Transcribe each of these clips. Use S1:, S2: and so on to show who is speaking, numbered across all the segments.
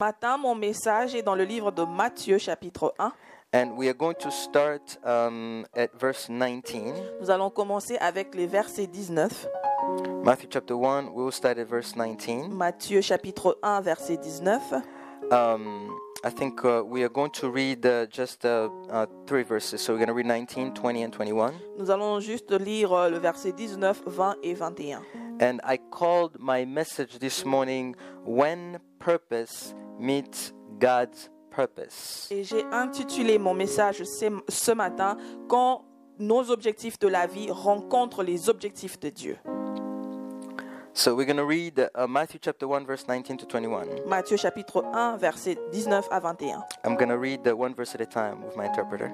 S1: matin, mon message est dans le livre de Matthieu chapitre 1.
S2: And we are going to start um, at verse 19.
S1: Nous allons commencer avec les versets 19.
S2: Matthew chapter 1, we will start at verse 19.
S1: Matthieu chapitre 1 verset 19.
S2: Um, I think uh, we are going to read uh, just uh, uh, three verses. So we're going to read 19, 20, and 21.
S1: Nous allons juste lire euh, le verset 19, 20 et 21.
S2: And I called my message this morning When Purpose Meets God's Purpose.
S1: Et j'ai intitulé mon message ce ce matin quand nos objectifs de la vie rencontrent les objectifs de Dieu.
S2: So we're going to read uh, Matthew chapter 1, verse 19 to 21.
S1: Matthieu chapitre 1 verset 19 à 21.
S2: I'm going to read the one verse at a time with my interpreter.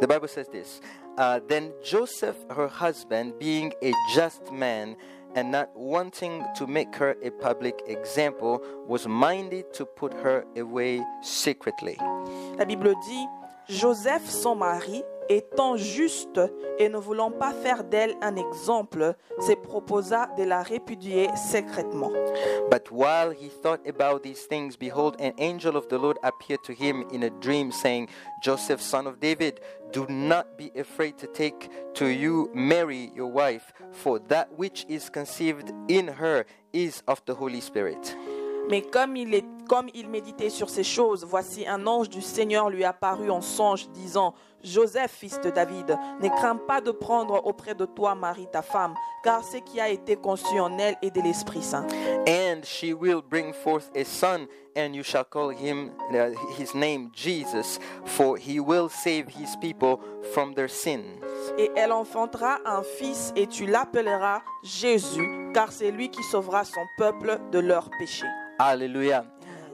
S2: The Bible says this uh, Then Joseph, her husband, being a just man and not wanting to make her a public example, was minded to put her away secretly.
S1: La Bible dit Joseph, son mari, étant juste et ne voulant pas faire d'elle un exemple, se proposa de la répudier secrètement.
S2: But while he thought about these things, behold, an angel of the Lord appeared to him in a dream, saying, Joseph, son of David, do not be afraid to take to you Mary, your wife, for that which is conceived in her is of the Holy Spirit.
S1: Mais comme il, est- comme il méditait sur ces choses, voici un ange du Seigneur lui apparut en songe, disant, Joseph, fils de David, ne crains pas de prendre auprès de toi Marie, ta femme, car ce qui a été conçu en elle est de l'Esprit Saint.
S2: And she will bring forth a son, and you shall call him uh, his name Jesus, for he will save his people from their sins.
S1: Et elle enfantera un fils, et tu l'appelleras Jésus, car c'est lui qui sauvera son peuple de leurs péchés.
S2: Hallelujah.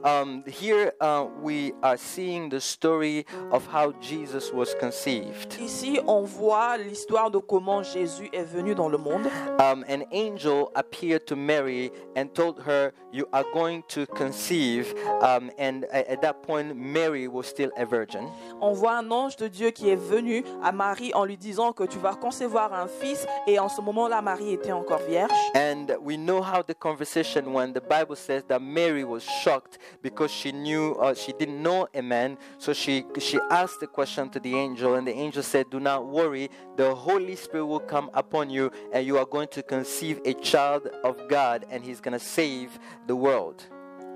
S2: Um, here uh, we are seeing the story of how Jesus was conceived.
S1: Ici, on voit l'histoire de comment Jésus est venu dans le monde.
S2: Um, an angel appeared to Mary and told her, You are going to conceive. Um, and a- at that point, Mary was still a virgin.
S1: On voit un ange de Dieu qui est venu à Marie en lui disant que tu vas concevoir un fils, et en ce moment-là, Marie était encore vierge.
S2: And we know how the conversation went. The Bible says that Mary was shocked because she knew uh, she didn't know a man. So she she asked the question to the angel, and the angel said, "Do not worry. The Holy Spirit will come upon you, and you are going to conceive a child of God, and He's going to save the world."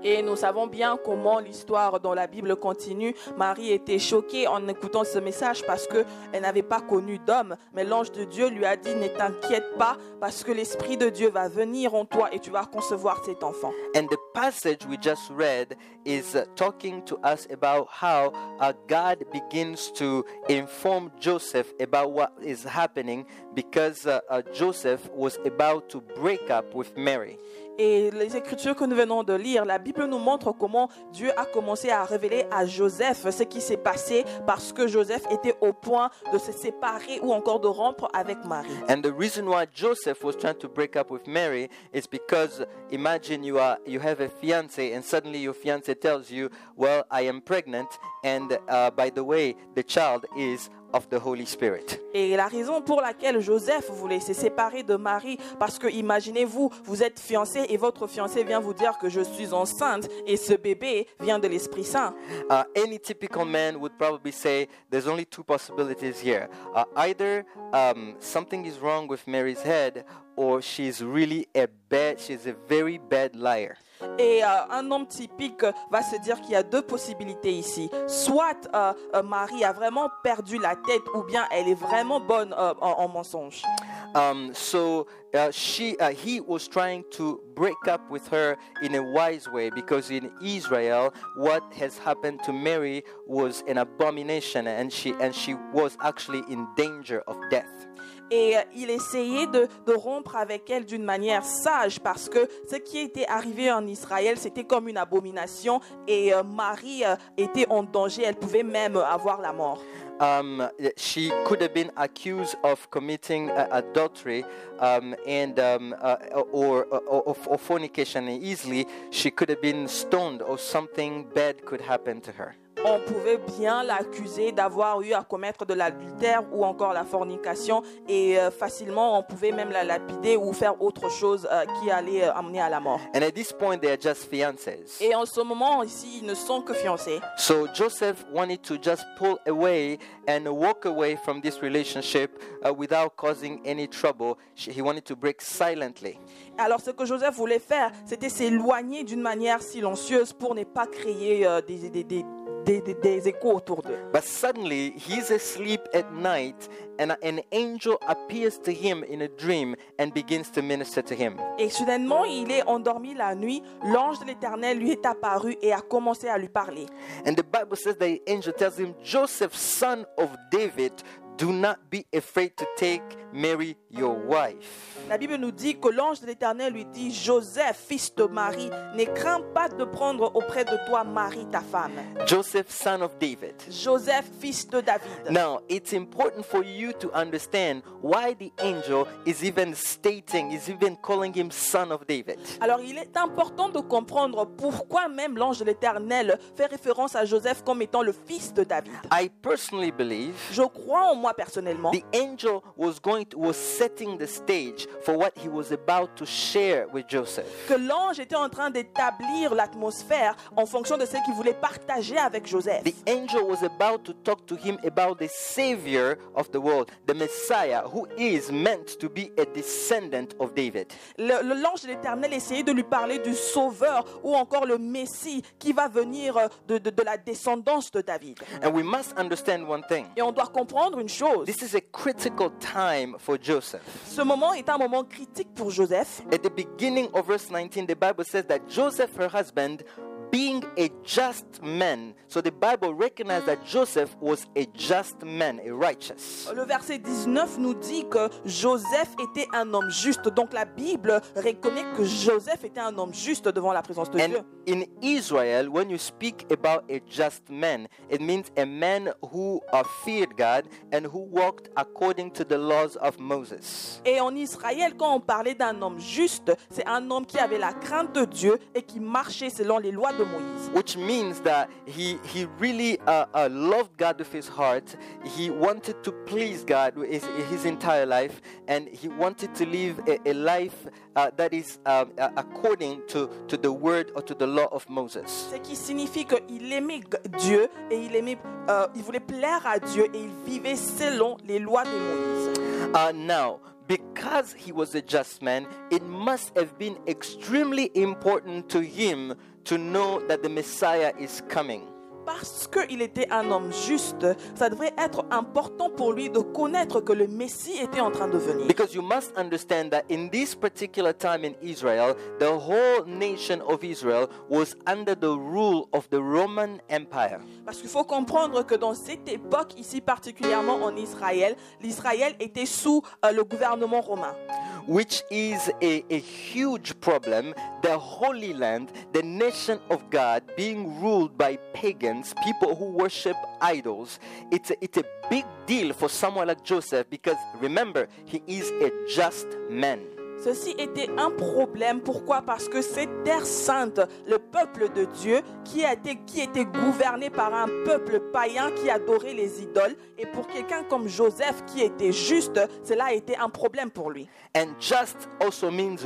S1: Et nous savons bien comment l'histoire dans la Bible continue. Marie était choquée en écoutant ce message parce que elle n'avait pas connu d'homme. Mais l'ange de Dieu lui a dit, ne t'inquiète pas parce que l'Esprit de Dieu va venir en toi et tu vas concevoir cet enfant.
S2: And the passage we just read is uh, talking to us about how uh, God begins to inform Joseph about what is happening because uh, uh, Joseph was about to break up with Mary.
S1: Et les écritures que nous venons de lire, la Bible nous montre comment Dieu a commencé à révéler à Joseph ce qui s'est passé parce que Joseph était au point de se séparer ou encore de rompre avec Marie.
S2: And the reason why Joseph was trying to break up with Mary is because uh, imagine you are you have a fiance and suddenly your fiance tells you, "Well, I am pregnant and uh, by the way, the child is of the Holy Spirit."
S1: Et la raison pour laquelle Joseph voulait se séparer de Marie, parce que imaginez-vous, vous êtes fiancé et votre fiancé vient vous dire que je suis enceinte et ce bébé vient de l'Esprit Saint.
S2: Uh, any typical man would probably say there's only two possibilities here. Uh, either um, something is wrong with Mary's head, or she's really a bad, she's a very bad liar.
S1: Et euh, un homme typique va se dire qu'il y a deux possibilités ici. Soit euh, euh, Marie a vraiment perdu la tête ou bien elle est vraiment bonne euh, en, en mensonge.
S2: Um, so uh, she, uh, he was trying to break up with her in a wise way because in Israel, what has happened to Mary was an abomination, and she and she was actually in danger of death.
S1: Et euh, il essayait de, de rompre avec elle d'une manière sage parce que ce qui était arrivé en Israël, c'était comme une abomination et euh, Marie euh, était en danger, elle pouvait même avoir la mort.
S2: um, she could have been accused of committing uh, adultery um, and um, uh, or, or, or, or fornication and easily she could have been stoned or something bad could happen to her
S1: on pouvait bien l'accuser d'avoir eu à commettre de l'adultère ou encore la fornication et euh, facilement on pouvait même la lapider ou faire autre chose euh, qui allait euh, amener à la mort.
S2: And at this point, they are just fiancés.
S1: Et en ce moment ici, ils ne sont que fiancés.
S2: So Joseph wanted to just pull away and walk away from this relationship uh, without causing any trouble. She- He wanted to break silently.
S1: Alors ce que Joseph voulait faire, c'était s'éloigner d'une manière silencieuse pour ne pas créer euh, des, des- des- des- des- des échos autour d'eux.
S2: But suddenly, he's asleep at night, and an angel appears to him in a dream and begins to minister to him.
S1: Et soudainement, il est endormi la nuit. L'ange de l'Éternel lui est apparu et a commencé à lui parler.
S2: And the Bible says the angel tells him, Joseph, son of David, do not be afraid to take Mary, your wife.
S1: La Bible nous dit que l'ange de l'Éternel lui dit, Joseph, fils de Marie, ne crains pas de prendre auprès de toi Marie, ta femme.
S2: Joseph, son of David.
S1: Joseph, fils de David.
S2: Now, it's important for you to understand why the angel is even stating, is even calling him son of David.
S1: Alors il est important de comprendre pourquoi même l'ange de l'Éternel fait référence à Joseph comme étant le fils de David.
S2: I personally believe
S1: Je crois en moi personnellement
S2: the angel was going to, was setting the stage for what he was about to share with Joseph.
S1: que l'ange était en train d'établir l'atmosphère en fonction de ce qu'il voulait partager avec Joseph.
S2: The angel was about to talk to him about the savior of the world, the Messiah, who is meant to be a descendant of David.
S1: Le- le- L'ange de l'Éternel essayait de lui parler du Sauveur ou encore le Messie qui va venir euh, de, de- de la descendance de David.
S2: And we must understand one thing.
S1: Et on doit comprendre une chose,
S2: This is a critical time for Joseph.
S1: ce moment est un moment critique pour Joseph.
S2: At the beginning of verse 19, the Bible says that Joseph, her husband, being a just man, so the Bible recognized that Joseph was a just man, a righteous.
S1: Le verset 19 nous dit que Joseph était un homme juste. Donc la Bible reconnaît que Joseph était un homme juste devant la présence de
S2: And
S1: Dieu.
S2: in Israel, when you speak about a just man, it means a man who uh, feared God and who walked according to the laws of Moses.
S1: Et en Israël, quand on parlait d'un homme juste, c'est un homme qui avait la crainte de Dieu et qui marchait selon les lois de Moïse.
S2: Which means that he, he really uh, uh, loved God with his heart. He wanted to please God with his, his entire life, and he wanted to live a, a life uh, that is um, uh, according to, to the word or to the law of Moses.
S1: Ce qui signifie qu'il aimait g- Dieu et il aimait, euh, il voulait plaire à Dieu et il vivait selon les lois de Moïse.
S2: Uh, now, because he was a just man, it must have been extremely important to him to know that the Messiah is coming.
S1: Parce qu'il était un homme juste, ça devrait être important pour lui de connaître que le Messie était en train de venir.
S2: Because you must understand that in this particular time in Israel, the whole nation of Israel was under the rule of the Roman Empire.
S1: Parce qu'il faut comprendre que dans cette époque, ici particulièrement en Israël, l'Israël était sous euh, le gouvernement romain.
S2: which is a, a huge problem. The Holy Land, the nation of God, being ruled by pagans, people who worship idols. It's a, it's a big deal for someone like Joseph because remember, he is a just man.
S1: Ceci était un problème. Pourquoi Parce que cette terre sainte, le peuple de Dieu, qui, a été- qui était gouverné par un peuple païen qui adorait les idoles, et pour quelqu'un comme Joseph qui était juste, cela était un problème pour lui.
S2: And just also means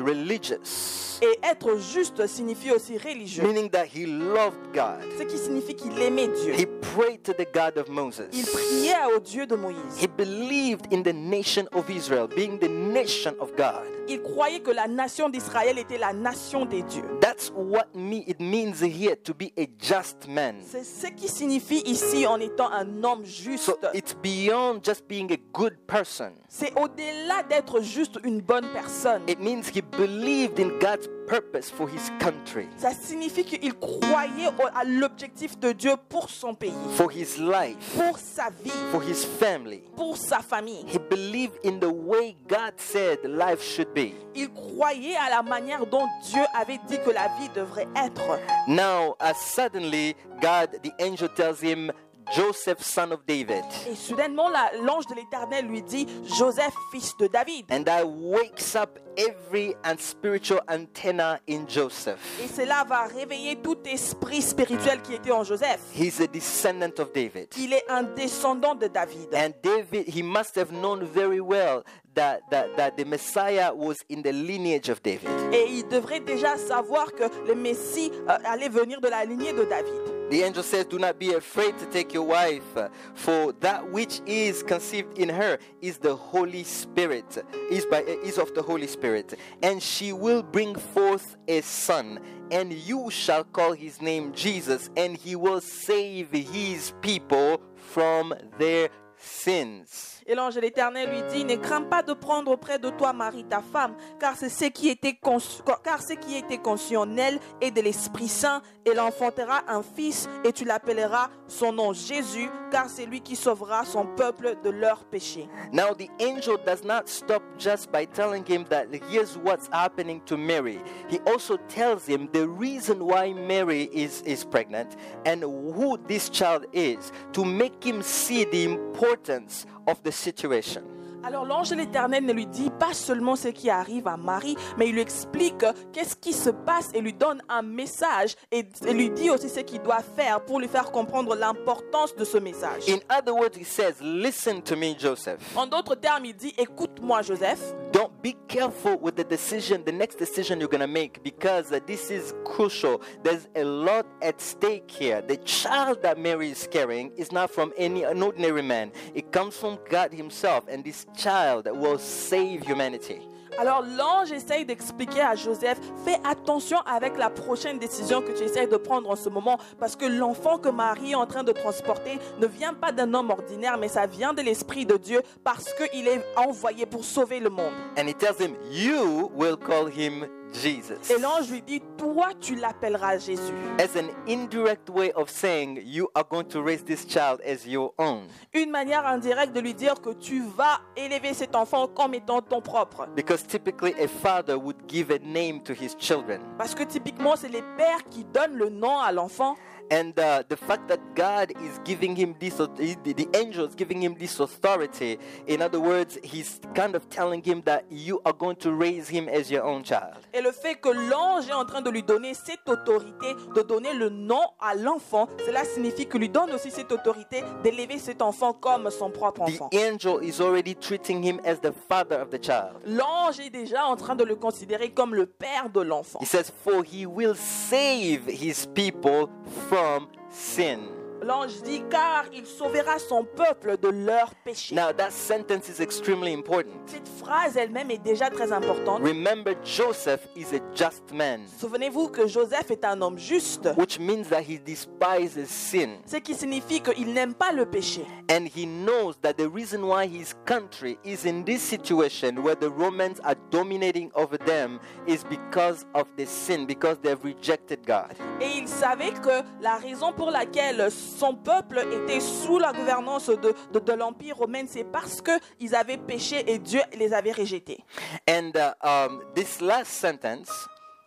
S2: religious,
S1: Et être juste signifie aussi religieux,
S2: meaning that he loved God.
S1: ce qui signifie qu'il aimait Dieu.
S2: He prayed to the God of Moses.
S1: Il priait au Dieu de Moïse.
S2: He believed in the nation of Israel, being the nation of God.
S1: Il croyait que la nation d'Israël était la nation des dieux.
S2: That's what me it means here to be a just man.
S1: C'est ce qui signifie ici en étant un homme juste.
S2: So it's beyond just being a good person.
S1: C'est au-delà d'être juste une bonne personne.
S2: It means he believed in God's purpose for his country,
S1: Ça signifie qu'il croyait au- à l'objectif de Dieu pour son pays,
S2: for his life,
S1: pour sa vie,
S2: for his family.
S1: pour sa famille.
S2: He believed in the way God said life should be.
S1: Il croyait à la manière dont Dieu avait dit que la vie devrait être.
S2: Now, as suddenly God, the angel tells him, Joseph, son of David.
S1: Et soudainement, la- l'ange de l'Éternel lui dit, Joseph, fils de David.
S2: And that wakes up every and spiritual antenna in Joseph.
S1: Et cela va réveiller tout esprit spirituel qui était en Joseph.
S2: He's a descendant of David.
S1: Il est un descendant de David.
S2: And David, he must have known very well that, that, that the Messiah was in the lineage of David.
S1: Et il devrait déjà savoir que le Messie euh, allait venir de la lignée de David.
S2: The angel says, Do not be afraid to take your wife, uh, for that which is conceived in her is the Holy Spirit, is, by, is of the Holy Spirit. And she will bring forth a son, and you shall call his name Jesus, and he will save his people from their sins.
S1: Et l'ange de l'Éternel lui dit, ne crains pas de prendre auprès de toi Marie ta femme, car c'est ce qui était conçu, car ce qui était conçu en elle est de l'Esprit Saint, et l'enfantera un fils, et tu l'appelleras son nom Jésus, car c'est lui qui sauvera son peuple de leurs péchés.
S2: Now, the angel does not stop just by telling him that here's what's happening to Mary. He also tells him the reason why Mary is, is pregnant and who this child is to make him see the importance of the situation.
S1: Alors l'ange de l'Éternel ne lui dit pas seulement ce qui arrive à Marie, mais il lui explique euh, qu'est-ce qui se passe et lui donne un message et, et lui dit aussi ce qu'il doit faire pour lui faire comprendre l'importance de ce message.
S2: In other words, he says, Listen to me, Joseph.
S1: En d'autres termes, il dit écoute-moi Joseph.
S2: Don't be careful with the decision, the next decision you're going to make, because uh, this is crucial. There's a lot at stake here. The child that Mary is carrying is not from any an ordinary man. It comes from God Himself, and this child will save humanity.
S1: Alors l'ange essaye d'expliquer à Joseph, fais attention avec la prochaine décision que tu essayes de prendre en ce moment, parce que l'enfant que Marie est en train de transporter ne vient pas d'un homme ordinaire, mais ça vient de l'Esprit de Dieu, parce qu'il est envoyé pour sauver le monde.
S2: And He tells him, "You will call him Jesus."
S1: Et l'ange lui dit, toi tu l'appelleras Jésus.
S2: As an indirect way of saying, you are going to raise this child as your own.
S1: Une manière indirecte de lui dire que tu vas élever cet enfant comme étant ton propre.
S2: Because typically a father would give a name to his children.
S1: Parce que typiquement, c'est les pères qui donnent le nom à l'enfant.
S2: And uh, the fact that God is giving him this, au- the, the angel is giving him this authority. In other words, he's kind of telling him that you are going to raise him as your own child.
S1: Et le fait que l'ange est en train de lui donner cette autorité, de donner le nom à l'enfant, cela signifie qu'il lui donne aussi cette autorité d'élever cet enfant comme son propre enfant.
S2: The angel is already treating him as the father of the child.
S1: L'ange est déjà en train de le considérer comme le père de l'enfant.
S2: He says, For he will save his people from sin.
S1: L'ange dit car il sauvera son peuple de leur péché.
S2: Now, that sentence is extremely important.
S1: Cette phrase elle-même est déjà très importante.
S2: Remember, Joseph is a just man,
S1: Souvenez-vous que Joseph est un homme juste,
S2: which means that he despises sin.
S1: ce qui signifie qu'il n'aime pas le péché.
S2: And he knows that the reason why his country is in this situation where the Romans are dominating over them is because of the sin, because they've rejected God.
S1: Et il savait que la raison pour laquelle son peuple était sous la gouvernance de, de, de l'Empire romain, c'est parce qu'ils avaient péché et Dieu les avait rejetés.
S2: And uh, um, this last sentence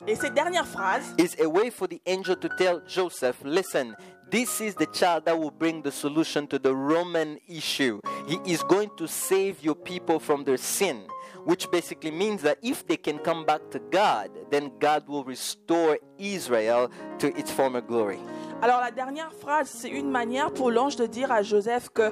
S1: Et cette dernière phrase,
S2: is a way for the angel to tell Joseph, listen, this is the child that will bring the solution to the Roman issue. He is going to save your people from their sin, which basically means that if they can come back to God, then God will restore Israel to its former glory.
S1: alors la dernière phrase, c'est une manière pour l'ange de dire à Joseph que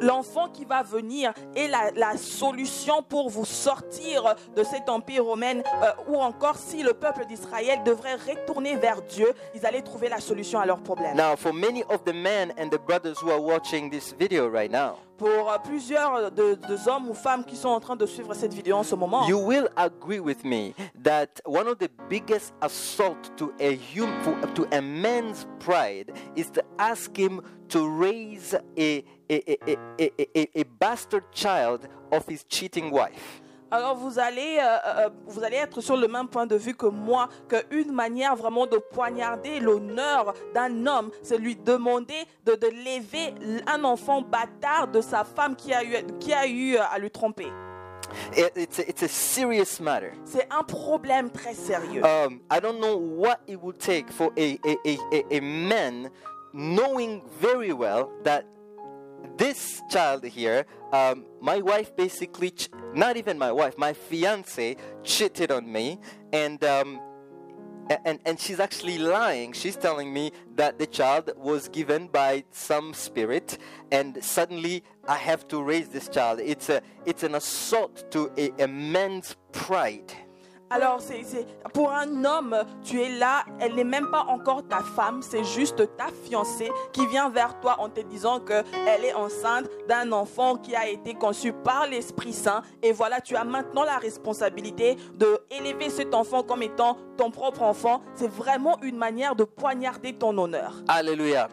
S1: l'enfant qui va venir est la, la solution pour vous sortir de cet empire romain, euh, ou encore si le peuple d'Israël devrait retourner vers Dieu, ils allaient trouver la solution à leur problème.
S2: Now, for many of the men and the brothers who are watching this video right now,
S1: Pour euh, plusieurs de, de hommes ou femmes qui sont en train de suivre cette vidéo en ce moment,
S2: you will agree with me that one of the biggest assault to a hum- to- to a man's pride is to ask him to raise a a, a, a, a, a, a bastard child of his cheating wife.
S1: alors vous allez, euh, euh, vous allez être sur le même point de vue que moi, qu'une manière vraiment de poignarder l'honneur d'un homme, c'est lui demander de, de lever un enfant bâtard de sa femme qui a eu, qui a eu euh, à lui tromper.
S2: It- it's, a, it's a serious matter.
S1: C'est un problème très sérieux.
S2: Um, I don't know what it would take for a, a, a, a, a man knowing very well that this child here, um, my wife basically, ch- not even my wife, my fiance cheated on me, and um, a- and and she's actually lying. She's telling me that the child was given by some spirit, and suddenly I have to raise this child. It's a it's an assault to a, a man's pride.
S1: Alors, c'est c'est- pour un homme, tu es là, elle n'est même pas encore ta femme, c'est juste ta fiancée qui vient vers toi en te disant qu'elle est enceinte d'un enfant qui a été conçu par l'Esprit Saint. Et voilà, tu as maintenant la responsabilité de élever cet enfant comme étant ton propre enfant. C'est vraiment une manière de poignarder ton honneur.
S2: Hallelujah.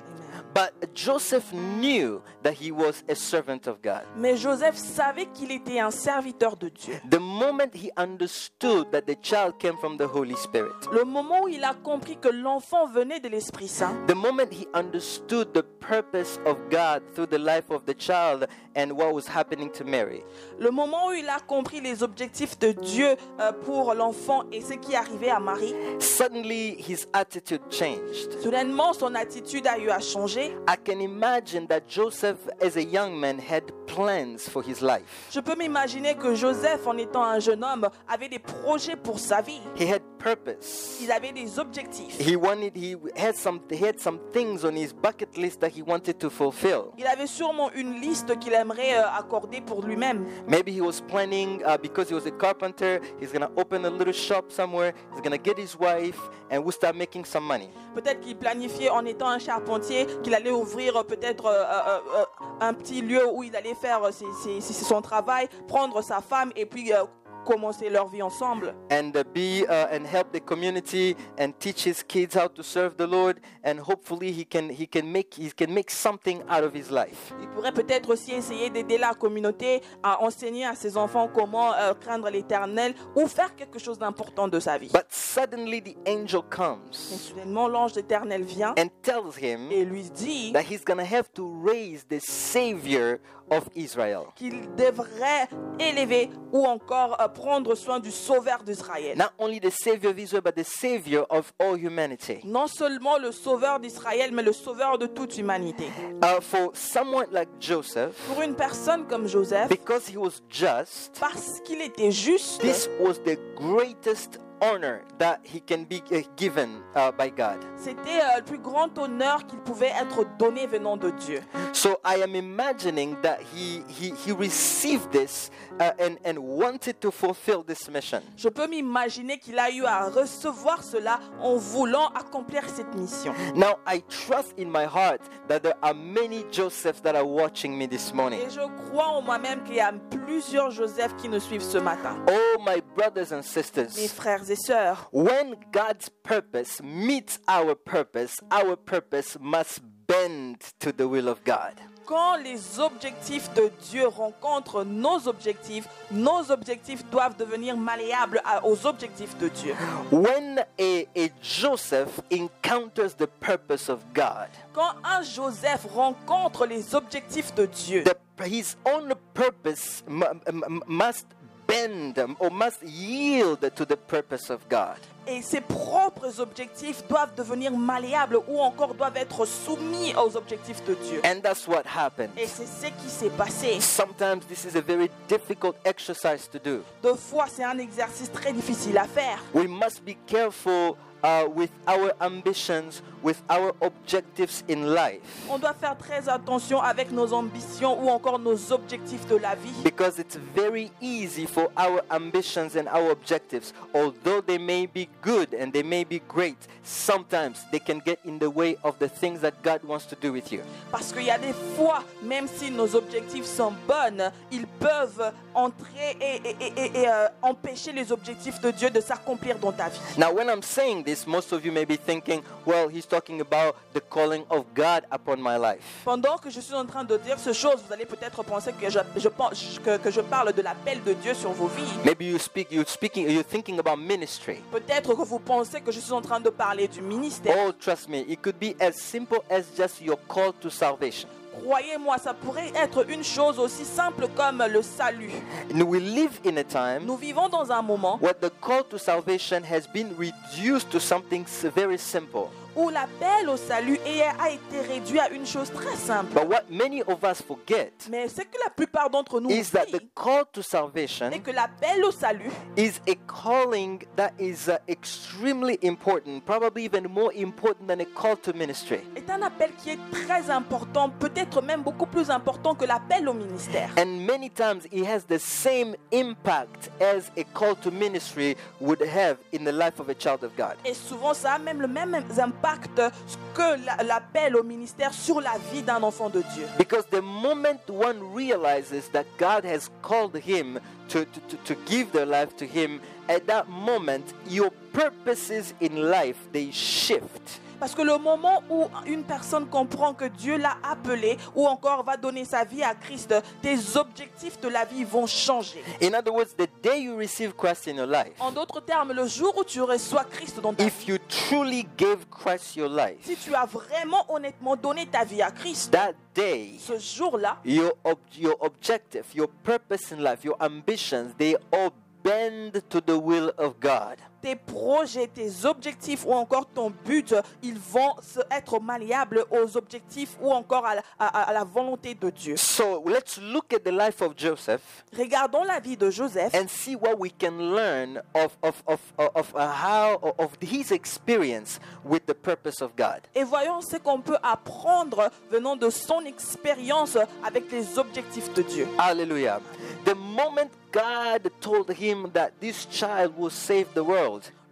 S2: But Joseph knew that he was a servant of God.
S1: Mais Joseph savait qu'il était un serviteur de Dieu.
S2: The moment he understood that the child came from the Holy Spirit,
S1: Le moment où il a compris que l'enfant venait de l'Esprit Saint,
S2: the moment he understood the purpose of God through the life of the child and what was happening to Mary,
S1: Le moment où il a compris les objectifs de Dieu euh, pour l'enfant et ce qui arrivait à Marie,
S2: suddenly his attitude changed.
S1: soudainement son attitude a eu à changer.
S2: I can imagine that Joseph, as a young man, had plans for his life.
S1: Je peux m'imaginer que Joseph, en étant un jeune homme, avait des projets pour sa vie.
S2: He had purpose.
S1: Il avait des objectifs.
S2: He wanted. He had some. He had some things on his bucket list that he wanted to fulfill.
S1: Il avait sûrement une liste qu'il aimerait euh, accorder pour lui-même.
S2: Maybe he was planning uh, because he was a carpenter, he's gonna open a little shop somewhere, he's gonna get his wife, and we'll start making some money.
S1: Peut-être qu'il planifiait en étant un charpentier qu'il allait ouvrir euh, peut-être euh, euh, euh, un petit lieu où il allait faire euh, ses- ses- ses- son travail, prendre sa femme et puis euh, commencer leur vie ensemble.
S2: And uh, be uh, and help the community and teach his kids how to serve the Lord, and hopefully he can he can make he can make something out of his life.
S1: Il pourrait peut-être aussi essayer d'aider la communauté à enseigner à ses enfants comment euh, craindre l'éternel ou faire quelque chose d'important de sa vie.
S2: But suddenly the angel
S1: Mais
S2: comes
S1: soudainement, l'ange d'éternel vient
S2: and tells him
S1: et lui dit
S2: that he's gonna have to raise the savior of Israel.
S1: qu'il devrait élever ou encore euh, prendre soin du sauveur d'Israël.
S2: Not only the savior of Israel, but the savior of all humanity.
S1: Non seulement le sauveur d'Israël, mais le sauveur de toute humanité.
S2: Uh, for someone like Joseph,
S1: Pour une personne comme Joseph,
S2: because he was just,
S1: parce qu'il était juste,
S2: this was the greatest honor that he can be uh, given uh, by God.
S1: c'était euh, le plus grand honneur qu'il pouvait être donné venant de Dieu.
S2: So I am imagining that he he, he received this uh, and and wanted to fulfill this mission.
S1: Je peux m'imaginer qu'il a eu à recevoir cela en voulant accomplir cette mission.
S2: Now I trust in my heart that there are many Josephs that are watching me this morning.
S1: Et je crois en moi-même qu'il y a plusieurs Joseph qui nous suivent ce matin.
S2: Oh my brothers and
S1: Mes
S2: sisters.
S1: frères et sœurs,
S2: When God's purpose meets our purpose, our purpose must bend to the will of God.
S1: quand les objectifs de Dieu rencontrent nos objectifs, nos objectifs doivent devenir malléables à- aux objectifs de Dieu.
S2: When a, a Joseph encounters the purpose of God,
S1: Quand un Joseph rencontre les objectifs de Dieu,
S2: the, his own purpose mu- mu- must bend um, or must yield to the purpose of God.
S1: et ses propres objectifs doivent devenir malléables ou encore doivent être soumis aux objectifs de Dieu.
S2: And that's what happened.
S1: Et c'est ce qui s'est passé.
S2: Sometimes this is a very difficult exercise to do.
S1: Deux fois, c'est un exercice très difficile à faire.
S2: We must be careful uh, with our ambitions, with our objectives in life,
S1: On doit faire très attention avec nos ambitions ou encore nos objectifs de la vie.
S2: because it's very easy for our ambitions and our objectives, although they may be good and they may be great, sometimes they can get in the way of the things that God wants to do with you.
S1: Parce qu'il y a des fois, même si nos objectifs sont bonnes, ils peuvent entrer et, et- et- et- et, euh, empêcher les objectifs de Dieu de s'accomplir dans ta vie.
S2: Now, when I'm saying this, most of you may be thinking, well, he's talking about the calling of God upon my life.
S1: Pendant que je suis en train de dire ces choses, vous allez peut-être penser que je, je pense, que, que je parle de l'appel de Dieu sur vos vies.
S2: Maybe you speak, you're speaking, you're thinking about ministry.
S1: Peut-être que vous pensez que je suis en train de parler du ministère.
S2: Oh, trust me, it could be as simple as just your call to salvation.
S1: Croyez-moi, ça pourrait être une chose aussi simple comme le salut.
S2: And we live in a time
S1: Nous vivons dans un moment
S2: where the call to salvation has been reduced to something s- very simple.
S1: où l'appel au salut est- a été réduit à une chose très simple.
S2: But what many of us forget
S1: Mais ce que la plupart d'entre nous
S2: is that the
S1: oublient
S2: call to
S1: est
S2: salvation
S1: que l'appel au salut
S2: is a calling that is uh, extremely important, probably even more important than a call to ministry.
S1: est un appel qui est très important, peut-être même beaucoup plus important que l'appel au ministère.
S2: And many times it has the same impact as a call to ministry would have in the life of a child of God.
S1: Et souvent, ça a même le même impact que la- l'appel au ministère sur la vie d'un enfant de Dieu.
S2: Because the moment one realizes that God has called him to, to, to, to give their life to him, at that moment, your purposes in life, they shift.
S1: Parce que le moment où une personne comprend que Dieu l'a appelé ou encore va donner sa vie à Christ, tes objectifs de la vie vont changer.
S2: In other words, the day you receive Christ in your life,
S1: En d'autres termes, le jour où tu reçois Christ dans ta vie,
S2: if you truly gave Christ your
S1: si
S2: life,
S1: tu as vraiment honnêtement donné ta vie à Christ,
S2: that day,
S1: ce jour-là,
S2: your, ob- your objective, your purpose in life, your ambitions, they all bend to the will of God.
S1: tes projets, tes objectifs ou encore ton but, ils vont se- être malléables aux objectifs ou encore à la- à- à la volonté de Dieu.
S2: So let's look at the life of Joseph
S1: Regardons la vie de Joseph
S2: and see what we can learn of, of, of, of, of uh, how of his experience with the purpose of God.
S1: et voyons ce qu'on peut apprendre venant de son expérience avec les objectifs de Dieu.
S2: Hallelujah. The moment God told him that this child will save the world,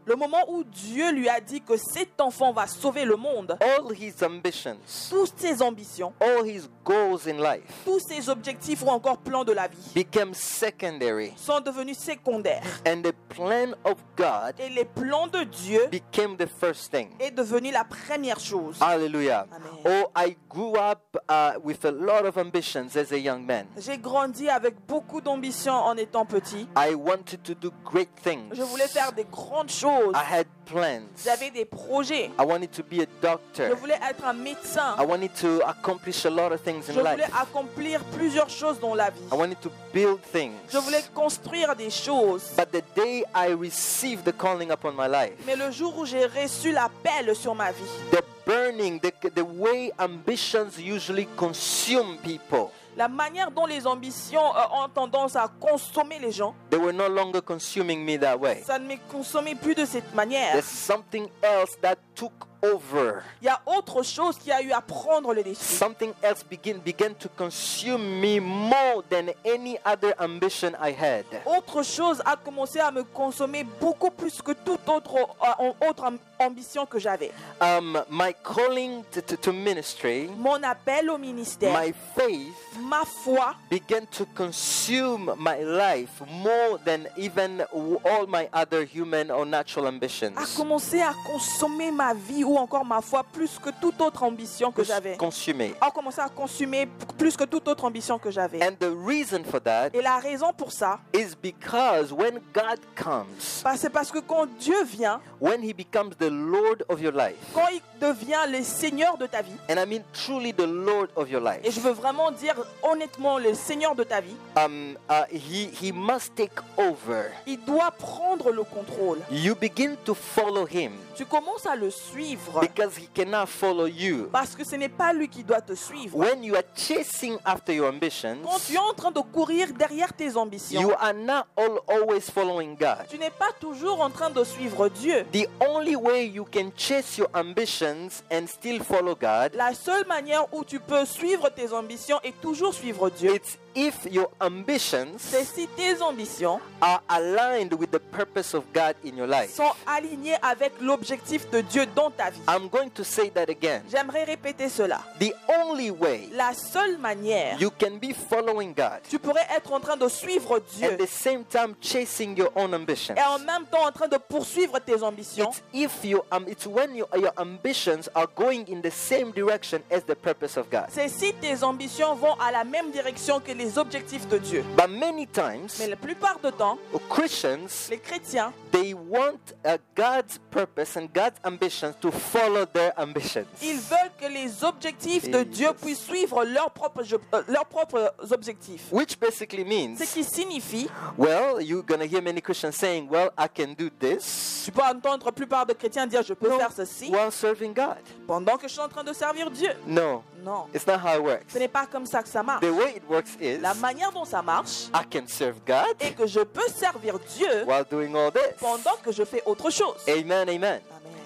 S1: Le moment où Dieu lui a dit que cet enfant va sauver le monde,
S2: all his ambitions,
S1: toutes ses ambitions,
S2: all his goals in life
S1: tous ses objectifs ou encore plans de la vie
S2: became secondary.
S1: sont devenus secondaires
S2: And the plan of God
S1: et les plans de Dieu
S2: became the first thing.
S1: est devenu la première chose.
S2: Hallelujah.
S1: Amen.
S2: Oh, I grew up uh, with a lot of ambitions as a young man.
S1: J'ai grandi avec beaucoup d'ambition en étant petit.
S2: I wanted to do great things.
S1: Je voulais faire des grandes choses.
S2: I had plans.
S1: J'avais des projets.
S2: I wanted to be a
S1: Je
S2: doctor.
S1: voulais être un médecin.
S2: I wanted to accomplish a lot of things in
S1: Je voulais
S2: life. Ah
S1: accomplir plusieurs choses dans la vie.
S2: I wanted to build things.
S1: Je voulais construire des choses.
S2: But the day I received the calling upon my life,
S1: Mais le jour où j'ai reçu l'appel sur ma vie,
S2: the burning, the, the way ambitions usually consume people,
S1: la manière dont les ambitions euh, ont tendance à consommer les gens,
S2: they were no longer consuming me that way.
S1: ça ne me consommait plus de cette manière.
S2: There's something else that took over.
S1: Il y a autre chose qui a eu à prendre le dessus.
S2: Something else begin, began to consume me more than any other ambition I had.
S1: Autre chose a commencé à me consommer beaucoup plus que toute autre, euh, autre am- ambition que j'avais.
S2: Um, my calling to, to, to ministry,
S1: Mon appel au ministère,
S2: my faith
S1: ma foi
S2: began to consume my life more than even w- all my other human or natural
S1: a
S2: ambitions.
S1: commencé à consommer ma vie ou encore ma foi plus que toute autre ambition que j'avais.
S2: Consumer.
S1: a commencé à consumer p- plus que toute autre ambition que j'avais.
S2: And the reason for that
S1: Et la raison pour ça,
S2: is because when God comes,
S1: bah, c'est parce que quand Dieu vient,
S2: when He becomes the Lord of your life,
S1: quand il devient le Seigneur de ta vie,
S2: and I mean truly the Lord of your
S1: et je
S2: life.
S1: veux vraiment dire honnêtement le Seigneur de ta vie,
S2: Um, uh, he he must take over.
S1: il doit prendre le contrôle.
S2: You begin to follow him
S1: Tu commences à le suivre
S2: because he cannot follow you.
S1: parce que ce n'est pas lui qui doit te suivre.
S2: When you are chasing after your ambitions,
S1: Quand tu es en train de courir derrière tes ambitions,
S2: you are not all always following God.
S1: tu n'es pas toujours en train de suivre Dieu.
S2: The only way you can chase your ambitions and still follow God,
S1: La seule manière où tu peux suivre tes ambitions et toujours suivre Dieu,
S2: it's if your ambitions
S1: c'est si tes ambitions
S2: are aligned with the purpose of God in your life.
S1: sont alignés avec l'objectif de Dieu dans ta vie.
S2: I'm going to say that again.
S1: J'aimerais répéter cela.
S2: The only way
S1: La seule manière,
S2: you can be following God
S1: tu pourrais être en train de suivre Dieu
S2: at the same time chasing your own ambitions.
S1: et en même temps en train de poursuivre tes ambitions.
S2: It's if you um, it's when you, your ambitions are going in the same direction as the purpose of God.
S1: C'est si tes ambitions vont à la même direction que les les objectifs de Dieu.
S2: But many times,
S1: Mais la plupart du temps,
S2: Christians
S1: les chrétiens,
S2: they want uh, God's purpose and God's ambitions to follow their ambitions.
S1: ils veulent que les objectifs de
S2: Et-
S1: Dieu puissent suivre leurs propres, jo- euh, leurs propres objectifs.
S2: Which basically
S1: Ce
S2: means,
S1: qui signifie,
S2: well, you're going to hear many Christians saying, well, I can do this
S1: tu peux entendre la plupart de chrétiens dire je peux
S2: Non.
S1: faire ceci
S2: while serving God.
S1: pendant que je suis en train de servir Dieu.
S2: No,
S1: Non,
S2: it's not how it works.
S1: ce n'est pas comme ça que ça marche.
S2: The way it works is,
S1: La manière dont ça marche
S2: I can serve God
S1: est que je peux servir Dieu
S2: while doing all this.
S1: pendant que je fais autre chose.
S2: Amen, amen.
S1: Amen.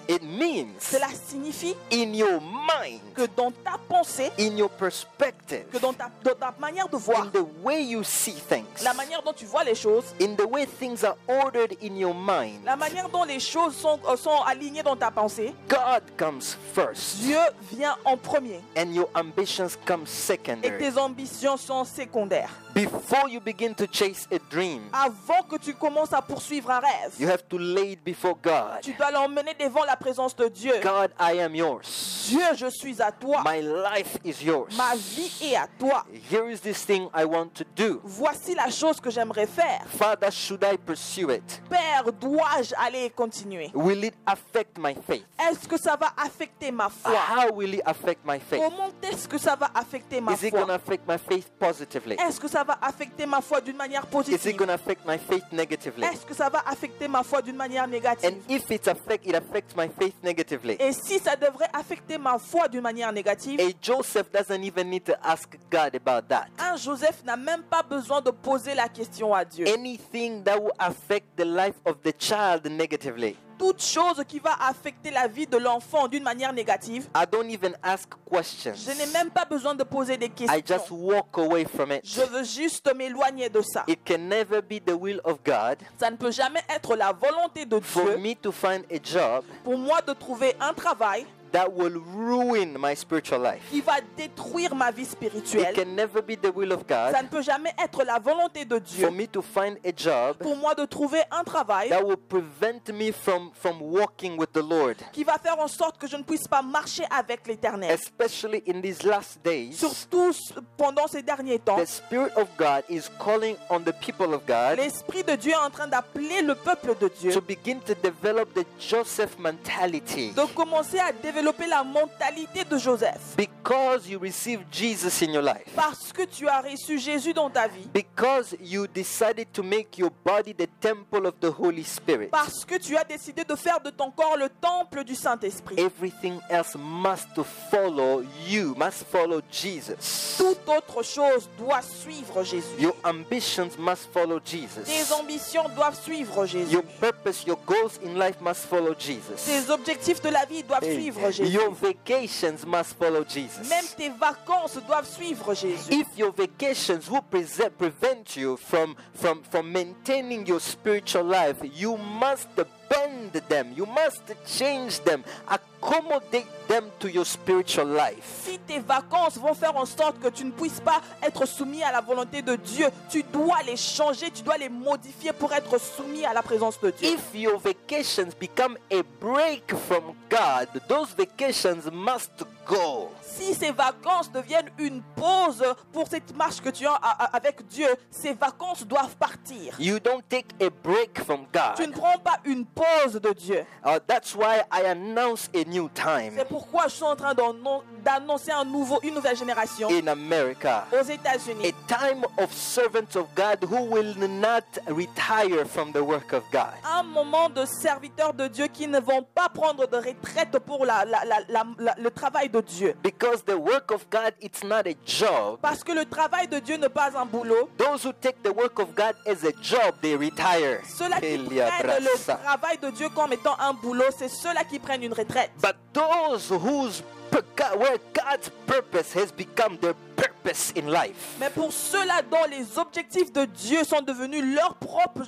S2: It means
S1: Cela signifie
S2: in your mind,
S1: que dans ta pensée,
S2: in your perspective,
S1: que dans ta, dans ta manière de voir,
S2: in the way you see things,
S1: la manière dont tu vois les choses,
S2: in the way things are ordered in your mind,
S1: la manière dont les choses sont, euh, sont alignées dans ta pensée,
S2: God comes first
S1: Dieu vient en premier
S2: and your ambitions come
S1: et
S2: secondary.
S1: tes ambitions sont secondaires.
S2: Before you begin to chase a dream,
S1: Avant que tu commences à poursuivre un
S2: you
S1: rêve,
S2: have to lay it before God.
S1: tu dois l'emmener devant la présence de Dieu.
S2: God, I am yours.
S1: Dieu, je suis à toi.
S2: My life is yours.
S1: Ma vie est à toi.
S2: Here is this thing I want to do.
S1: Voici la chose que j'aimerais faire.
S2: Father, should I pursue it?
S1: Père, dois-je aller continuer
S2: Will it affect my faith?
S1: Est-ce que ça va affecter ma foi
S2: How will it affect my faith?
S1: Comment est-ce que ça va affecter ma
S2: Is it going to
S1: foi
S2: affect my faith positively?
S1: Est-ce que ça va affecter ma foi d'une manière
S2: Is it
S1: positive
S2: going to affect my faith negatively?
S1: Est-ce que ça va affecter ma foi d'une manière
S2: And
S1: négative
S2: if it affect, it affects my faith negatively.
S1: Et si ça devrait affecter ma foi d'une manière négative
S2: A Joseph doesn't even need to ask God about that.
S1: Un Joseph n'a même pas besoin de poser la question à Dieu.
S2: Anything that will affect the life of the child negatively,
S1: Toute chose qui va affecter la vie de l'enfant d'une manière négative,
S2: I don't even ask questions.
S1: je n'ai même pas besoin de poser des
S2: I just
S1: questions.
S2: walk away from it.
S1: Je veux juste m'éloigner de ça.
S2: It can never be the will of God
S1: Ça ne peut jamais être la volonté de
S2: for
S1: Dieu
S2: me to find a job
S1: pour moi de trouver un travail
S2: that will ruin my spiritual life.
S1: qui va détruire ma vie
S2: It
S1: spirituelle.
S2: can never be the will of
S1: Ça
S2: God
S1: ne peut jamais être la volonté de Dieu
S2: for me to find a job
S1: pour moi de trouver un travail
S2: that will prevent me from from walking with the Lord,
S1: qui va faire en sorte que je ne puisse pas marcher avec l'Éternel.
S2: especially in these last days.
S1: Surtout s- pendant ces derniers temps,
S2: The Spirit of God is calling on the people of God
S1: l'Esprit de Dieu est en train d'appeler le peuple de
S2: to
S1: Dieu
S2: begin to develop the Joseph mentality.
S1: de commencer à développer la mentalité de Joseph.
S2: Because you received Jesus in your life,
S1: Parce que tu as reçu Jésus dans ta vie,
S2: because you decided to make your body the temple of the Holy Spirit,
S1: parce que tu as décidé de faire de ton corps le temple du Saint-Esprit.
S2: everything else must to follow you, must follow Jesus.
S1: Toute autre chose doit suivre Jésus.
S2: Your ambitions must follow Jesus.
S1: Tes ambitions doivent suivre Jésus.
S2: Your purpose, your goals in life must follow Jesus.
S1: Tes objectifs de la vie doivent suivre Jésus.
S2: Your vacations must follow
S1: Même
S2: Jesus.
S1: tes vacances doivent suivre Jésus.
S2: If your vacations will prese- prevent you from, from, from maintaining your spiritual life, you must bend them, you must change them, accommodate them to your spiritual life.
S1: Si tes vacances vont faire en sorte que tu ne puisses pas être soumis à la volonté de Dieu, tu dois les changer, tu dois les modifier pour être soumis à la présence de Dieu.
S2: If your vacations become a break from God, those vacations must go.
S1: Si ces vacances deviennent une pause pour cette marche que tu as a- a- avec Dieu, ces vacances doivent partir.
S2: You don't take a break from God.
S1: Tu ne prends pas une pause de Dieu.
S2: Uh, that's why I announce a new time
S1: C'est pourquoi je suis en train d'annon- d'annoncer un nouveau, une nouvelle génération
S2: in America.
S1: aux
S2: A
S1: États-Unis.
S2: time of servants of God who will not retire from the work of God.
S1: un moment de serviteurs de Dieu qui ne vont pas prendre de retraite pour la- la- la- la- la- le travail de Dieu.
S2: Because the work of God it's not a job.
S1: Parce que le travail de Dieu n'est pas un boulot.
S2: Those who take the work of God as a job, they retire.
S1: Ceux-là qui
S2: Elia
S1: prennent le
S2: Brassa.
S1: travail de Dieu comme étant un boulot, c'est ceux-là qui prennent une retraite.
S2: But those whose pur- God- where God's purpose has become their purpose in life.
S1: Mais pour ceux-là dont les objectifs de Dieu sont devenus leurs propres,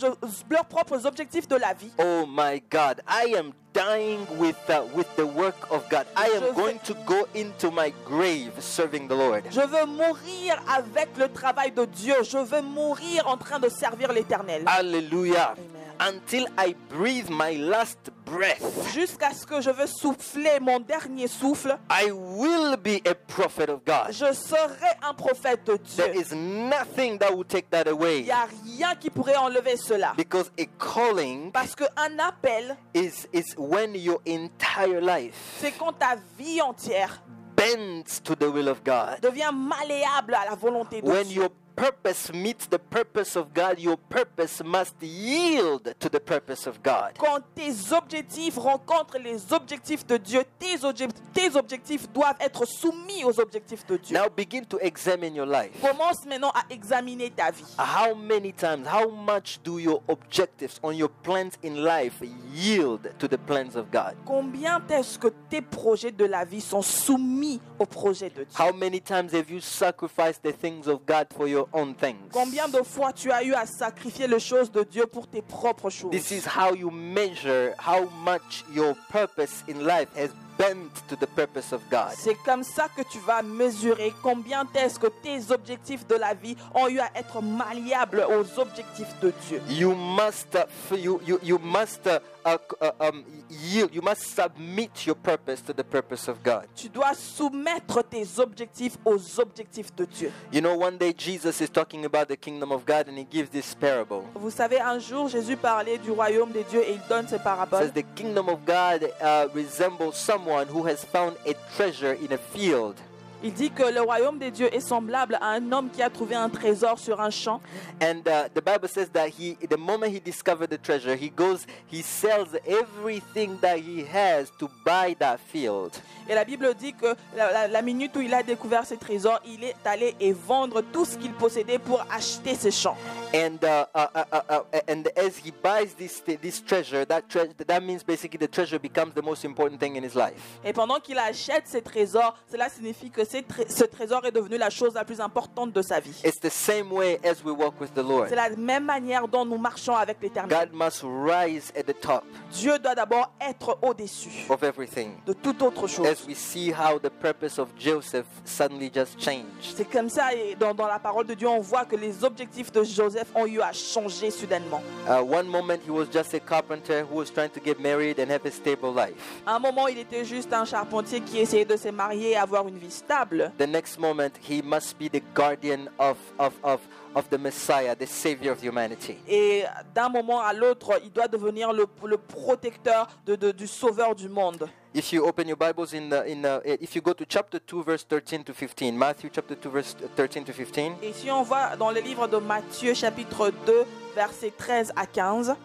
S1: leurs propres objectifs de la vie,
S2: Oh my God, I am dying with the, with the work of God. I
S1: Je vais-
S2: am going to go into my grave serving the Lord.
S1: je veux mourir avec le travail de Dieu. Je veux mourir en train de servir l'Éternel.
S2: Hallelujah.
S1: Amen.
S2: until I breathe my last breath.
S1: Jusqu'à ce que je veux souffler mon dernier souffle,
S2: I will be a prophet of God.
S1: je serai un prophète de Dieu.
S2: There is nothing that will take that
S1: Il
S2: away
S1: n'y a rien qui pourrait enlever cela.
S2: because a calling
S1: Parce qu'un appel,
S2: is, is when your entire life
S1: c'est quand ta vie entière
S2: bends to the will of God.
S1: devient malléable à la volonté de
S2: When
S1: Dieu.
S2: your purpose meets the purpose of God, your purpose must yield to the purpose of God.
S1: Quand tes objectifs rencontrent les objectifs de Dieu, tes, obje- tes objectifs doivent être soumis aux objectifs de Dieu.
S2: Now begin to examine your life.
S1: Commence maintenant à examiner ta vie.
S2: How many times, how much do your objectives on your plans in life yield to the plans of God?
S1: Combien est-ce que tes projets de la vie sont soumis aux projets de Dieu
S2: How many times have you sacrificed the things of God for your own things?
S1: Combien de fois tu as eu à sacrifier les choses de Dieu pour tes propres choses
S2: This is how you measure how much your purpose in life has bent to the purpose of God.
S1: C'est comme ça que tu vas mesurer combien est-ce que tes objectifs de la vie ont eu à être malléables aux objectifs de Dieu.
S2: You must, uh, f- you, you, you must uh, uh, c- uh, um, yield, you must submit your purpose to the purpose of God.
S1: Tu dois soumettre tes objectifs aux objectifs de Dieu.
S2: You know, one day Jesus is talking about the kingdom of God and he gives this parable.
S1: Vous savez, un jour, Jésus parlait du royaume des dieux et il donne ces
S2: says
S1: paraboles.
S2: the kingdom of God uh, resembles someone who has found a treasure in a field
S1: Il dit que le royaume des dieux est semblable à un homme qui a trouvé un trésor sur un champ.
S2: and uh, the bible says that he the moment he discovered the treasure he goes he sells everything that he has to buy that field
S1: Et la Bible dit que la, la- la minute où il a découvert ces trésors, il est allé et vendre tout ce qu'il possédait pour acheter ces champs.
S2: and uh, uh, uh, uh, uh, and as he buys this this treasure that treasure that means basically the treasure becomes the most important thing in his life
S1: Et pendant qu'il achète ces trésors, cela signifie que ces tré- ce trésor est devenu la chose la plus importante de sa vie.
S2: it's the same way as we walk with the lord
S1: C'est la même manière dont nous marchons avec l'éternel.
S2: god must rise at the top
S1: Dieu doit d'abord être au-dessus
S2: of everything
S1: de toute autre chose.
S2: as we see how the purpose of Joseph suddenly just changed.
S1: C'est comme ça, et dans, dans la parole de Dieu, on voit que les objectifs de Joseph ont eu à changer soudainement.
S2: Uh, one moment he was just a carpenter who was trying to get married and have a stable life.
S1: À un moment, il était juste un charpentier qui essayait de se marier et avoir une vie stable.
S2: The next moment he must be the guardian of, of, of, of the Messiah, the Savior of humanity.
S1: Et d'un moment à l'autre, il doit devenir le, le protecteur de- de- du sauveur du monde.
S2: If you open your Bibles in the, in the, if you go to chapter 2 verse 13 to 15, Matthew chapter 2 verse 13 to 15,
S1: Et si on voit dans le livre de Matthieu chapitre 2 versets 13 à 15,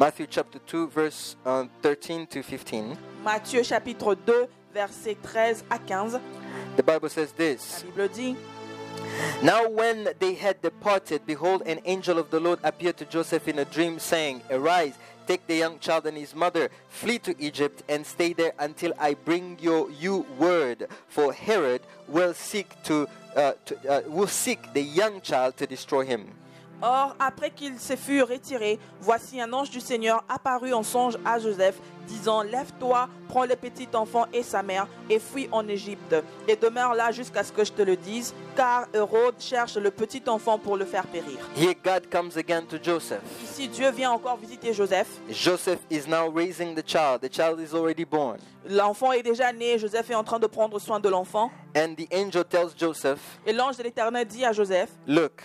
S2: Matthew chapter 2 verse uh, 13 to 15,
S1: Matthieu chapitre 2 versets 13 à 15,
S2: the Bible says
S1: la
S2: this.
S1: Bible dit,
S2: Now, when they had departed, behold, an angel of the Lord appeared to Joseph in a dream, saying, Arise, take the young child and his mother, flee to Egypt, and stay there until I bring your, you word. For Herod will seek to, uh, to uh, will seek the young child to destroy him.
S1: Or, après qu'il se fut retiré, voici un ange du Seigneur apparut en songe à Joseph, disant, Lève-toi, prends le petit enfant et sa mère, et fuis en Égypte, et demeure là jusqu'à ce que je te le dise, car Hérode cherche le petit enfant pour le faire périr.
S2: Here, God comes again to Joseph.
S1: Ici, Dieu vient encore visiter Joseph.
S2: Joseph is now raising the child. The child is already born.
S1: L'enfant est déjà né, Joseph est en train de prendre soin de l'enfant.
S2: And the angel tells Joseph,
S1: Et l'ange de l'Éternel dit à Joseph,
S2: Look,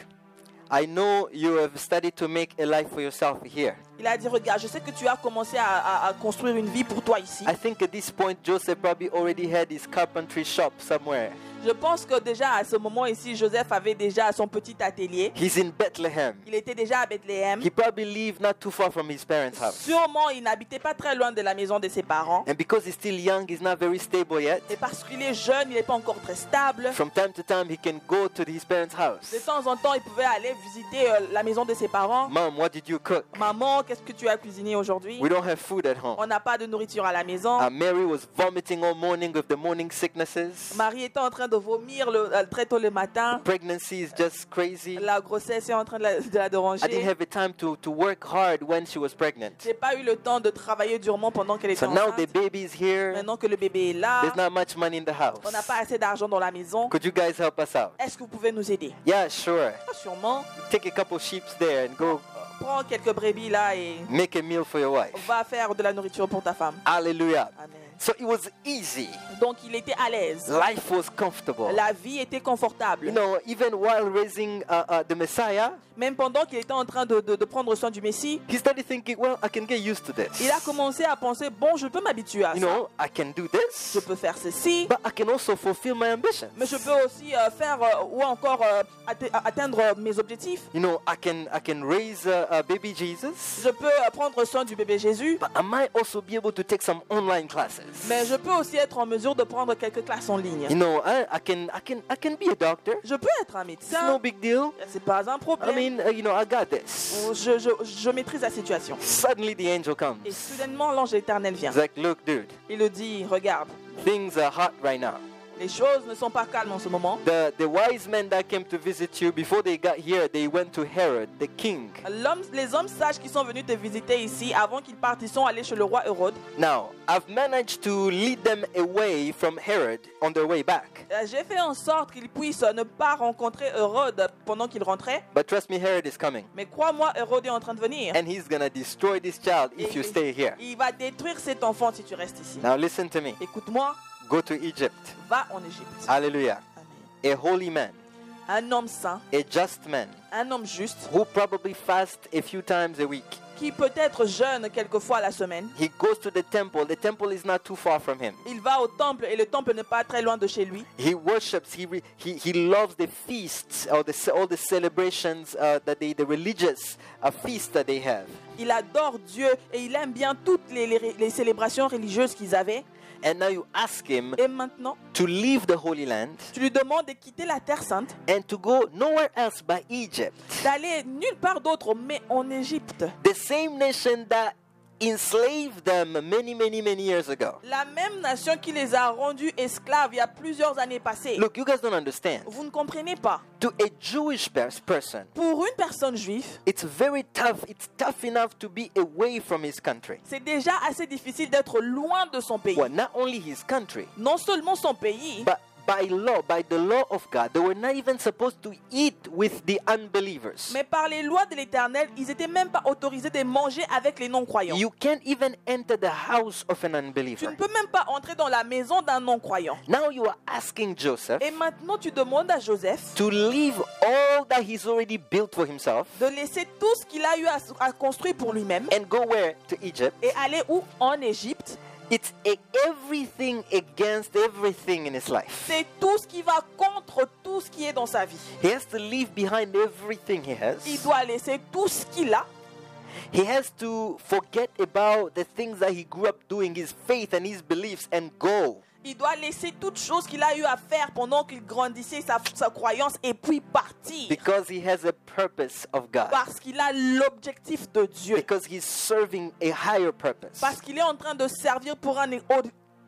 S2: I know you have studied to make a life for yourself here.
S1: il a dit, regarde, je sais que tu as commencé à, à- à construire une vie pour toi ici.
S2: I think at this point Joseph probably already had his carpentry shop somewhere.
S1: Je pense que déjà à ce moment ici, Joseph avait déjà son petit atelier.
S2: He's in Bethlehem.
S1: Il était déjà à Bethléem.
S2: He probably lived not too far from his parents' house.
S1: Sûrement, il n'habitait pas très loin de la maison de ses parents.
S2: And because he's still young, he's not very stable yet.
S1: Et parce qu'il est jeune, il n'est pas encore très stable.
S2: From time to time, he can go to his parents' house.
S1: De temps en temps, il pouvait aller visiter euh, la maison de ses parents.
S2: Mom, what did you cook?
S1: Maman, qu'est-ce que tu as cuisiné aujourd'hui
S2: We don't have food at home.
S1: On n'a pas de nourriture à la maison.
S2: Uh, Mary was vomiting all morning with the morning sicknesses.
S1: Marie était en train de vomir le- euh, très tôt le matin.
S2: Pregnancy is just crazy.
S1: La grossesse est en train de la, de la
S2: I didn't
S1: déranger.
S2: have the time to, to work hard when she was pregnant.
S1: J'ai pas eu le temps de travailler durement pendant qu'elle était
S2: So now the
S1: enceinte.
S2: baby is here.
S1: Maintenant que le bébé est là,
S2: There's not much money in the house.
S1: on n'a pas assez d'argent dans la maison.
S2: Could you guys help us out?
S1: Est-ce que vous pouvez nous aider
S2: Yeah, sure.
S1: Sûrement.
S2: Take a couple sheeps there and go
S1: prends quelques brebis là et
S2: Make a meal for your wife.
S1: va faire de la nourriture pour ta femme.
S2: Hallelujah.
S1: Amen.
S2: So it was easy.
S1: Donc il était à l'aise.
S2: Life was comfortable.
S1: La vie était
S2: You
S1: confortable.
S2: know, even while raising uh, uh, the Messiah,
S1: Même pendant qu'il était en train de, de- de prendre soin du Messie,
S2: he started thinking, well, I can get used to this.
S1: il a commencé à penser, bon, je peux m'habituer à
S2: You
S1: ça.
S2: know, I can do
S1: Je
S2: this,
S1: peux faire ceci,
S2: but I can also fulfill my ambitions.
S1: mais je peux aussi euh, faire euh, ou encore euh, atte- atteindre euh, mes objectifs.
S2: You know, I can I can raise uh, uh, baby Jesus,
S1: Je peux euh, prendre soin du bébé Jésus,
S2: but I might also be able to take some online classes.
S1: mais je peux aussi être en mesure de prendre quelques classes en ligne.
S2: You know, I, I can I can I can be a doctor.
S1: Je peux être un
S2: It's no
S1: médecin,
S2: big deal.
S1: c'est pas un
S2: I
S1: problème.
S2: mean, uh, you know, I got this.
S1: Je, je- je maîtrise la situation.
S2: Suddenly, the angel comes.
S1: Et soudainement, l'ange éternel vient.
S2: He's like, look, dude,
S1: Il le dit, regarde,
S2: things are hot right now.
S1: les choses ne sont pas calmes en ce moment.
S2: The, the wise men that came to visit you before they got here, they went to Herod, the king.
S1: L'homme- les hommes sages qui sont venus te visiter ici avant qu'ils partent, ils sont allés chez le roi Hérode.
S2: Now, I've managed to lead them away from Herod on their way back.
S1: Euh, J'ai fait en sorte qu'ils puissent euh, ne pas rencontrer Hérode pendant qu'il rentrait.
S2: But trust me, Herod is coming.
S1: Mais crois-moi, Hérode est en train de venir.
S2: And he's gonna destroy this child if you stay here.
S1: Il va détruire cet enfant si tu restes ici.
S2: Now, listen to me.
S1: Écoute-moi,
S2: Go to Egypt.
S1: va en Égypte.
S2: Hallelujah.
S1: Amen.
S2: A holy man,
S1: Un homme saint,
S2: a just man,
S1: un homme juste,
S2: who probably fasts a few times a week.
S1: qui peut être jeune quelquefois à la semaine.
S2: He goes to the temple. The temple is not too far from him.
S1: Il va au temple et le temple n'est pas très loin de chez lui.
S2: He worships. He, re, he, he loves the feasts or the, ce- all the celebrations uh, that they, the religious uh, feasts that they have.
S1: Il adore Dieu et il aime bien toutes les- les- les célébrations religieuses qu'ils avaient.
S2: And now you ask him
S1: Et maintenant,
S2: to leave the Holy Land
S1: Tu lui demandes de quitter la terre sainte,
S2: and to go nowhere else but Egypt,
S1: d'aller nulle part d'autre, mais en Égypte.
S2: the same nation that enslaved them many, many, many years ago.
S1: La même nation qui les a rendus esclaves il y a plusieurs années passées.
S2: Look, you guys don't understand.
S1: Vous ne comprenez pas.
S2: To a Jewish pers- person,
S1: Pour une personne juive,
S2: it's very tough. It's tough enough to be away from his country.
S1: c'est déjà assez difficile d'être loin de son pays.
S2: Well, not only his country,
S1: Non seulement son pays,
S2: But by law, by the law of God, they were not even supposed to eat with the unbelievers.
S1: mais par les lois de l'Éternel, ils n'étaient même pas autorisés de manger avec les non-croyants.
S2: You can't even enter the house of
S1: Tu
S2: an
S1: ne
S2: unbeliever.
S1: peux même pas entrer dans la maison d'un non-croyant.
S2: Now you are asking Joseph
S1: Et maintenant, tu demandes à Joseph
S2: to leave all that he's already built for himself
S1: de laisser tout ce qu'il a eu à, à construire pour lui-même
S2: and go where? To Egypt.
S1: et aller où En Égypte.
S2: It's a, everything against everything in his life.
S1: C'est tout ce qui va contre tout ce qui est dans sa vie.
S2: He has to leave behind everything he
S1: Il
S2: has.
S1: doit laisser tout ce qu'il a.
S2: He has to forget about the things that he grew up doing, his faith and his beliefs, and go.
S1: Il doit laisser toute chose qu'il a eu à faire pendant qu'il grandissait sa, sa croyance et puis partir.
S2: Because he has a purpose of God.
S1: Parce qu'il a l'objectif de Dieu.
S2: because he's serving a higher purpose.
S1: Parce qu'il est en train de servir pour un,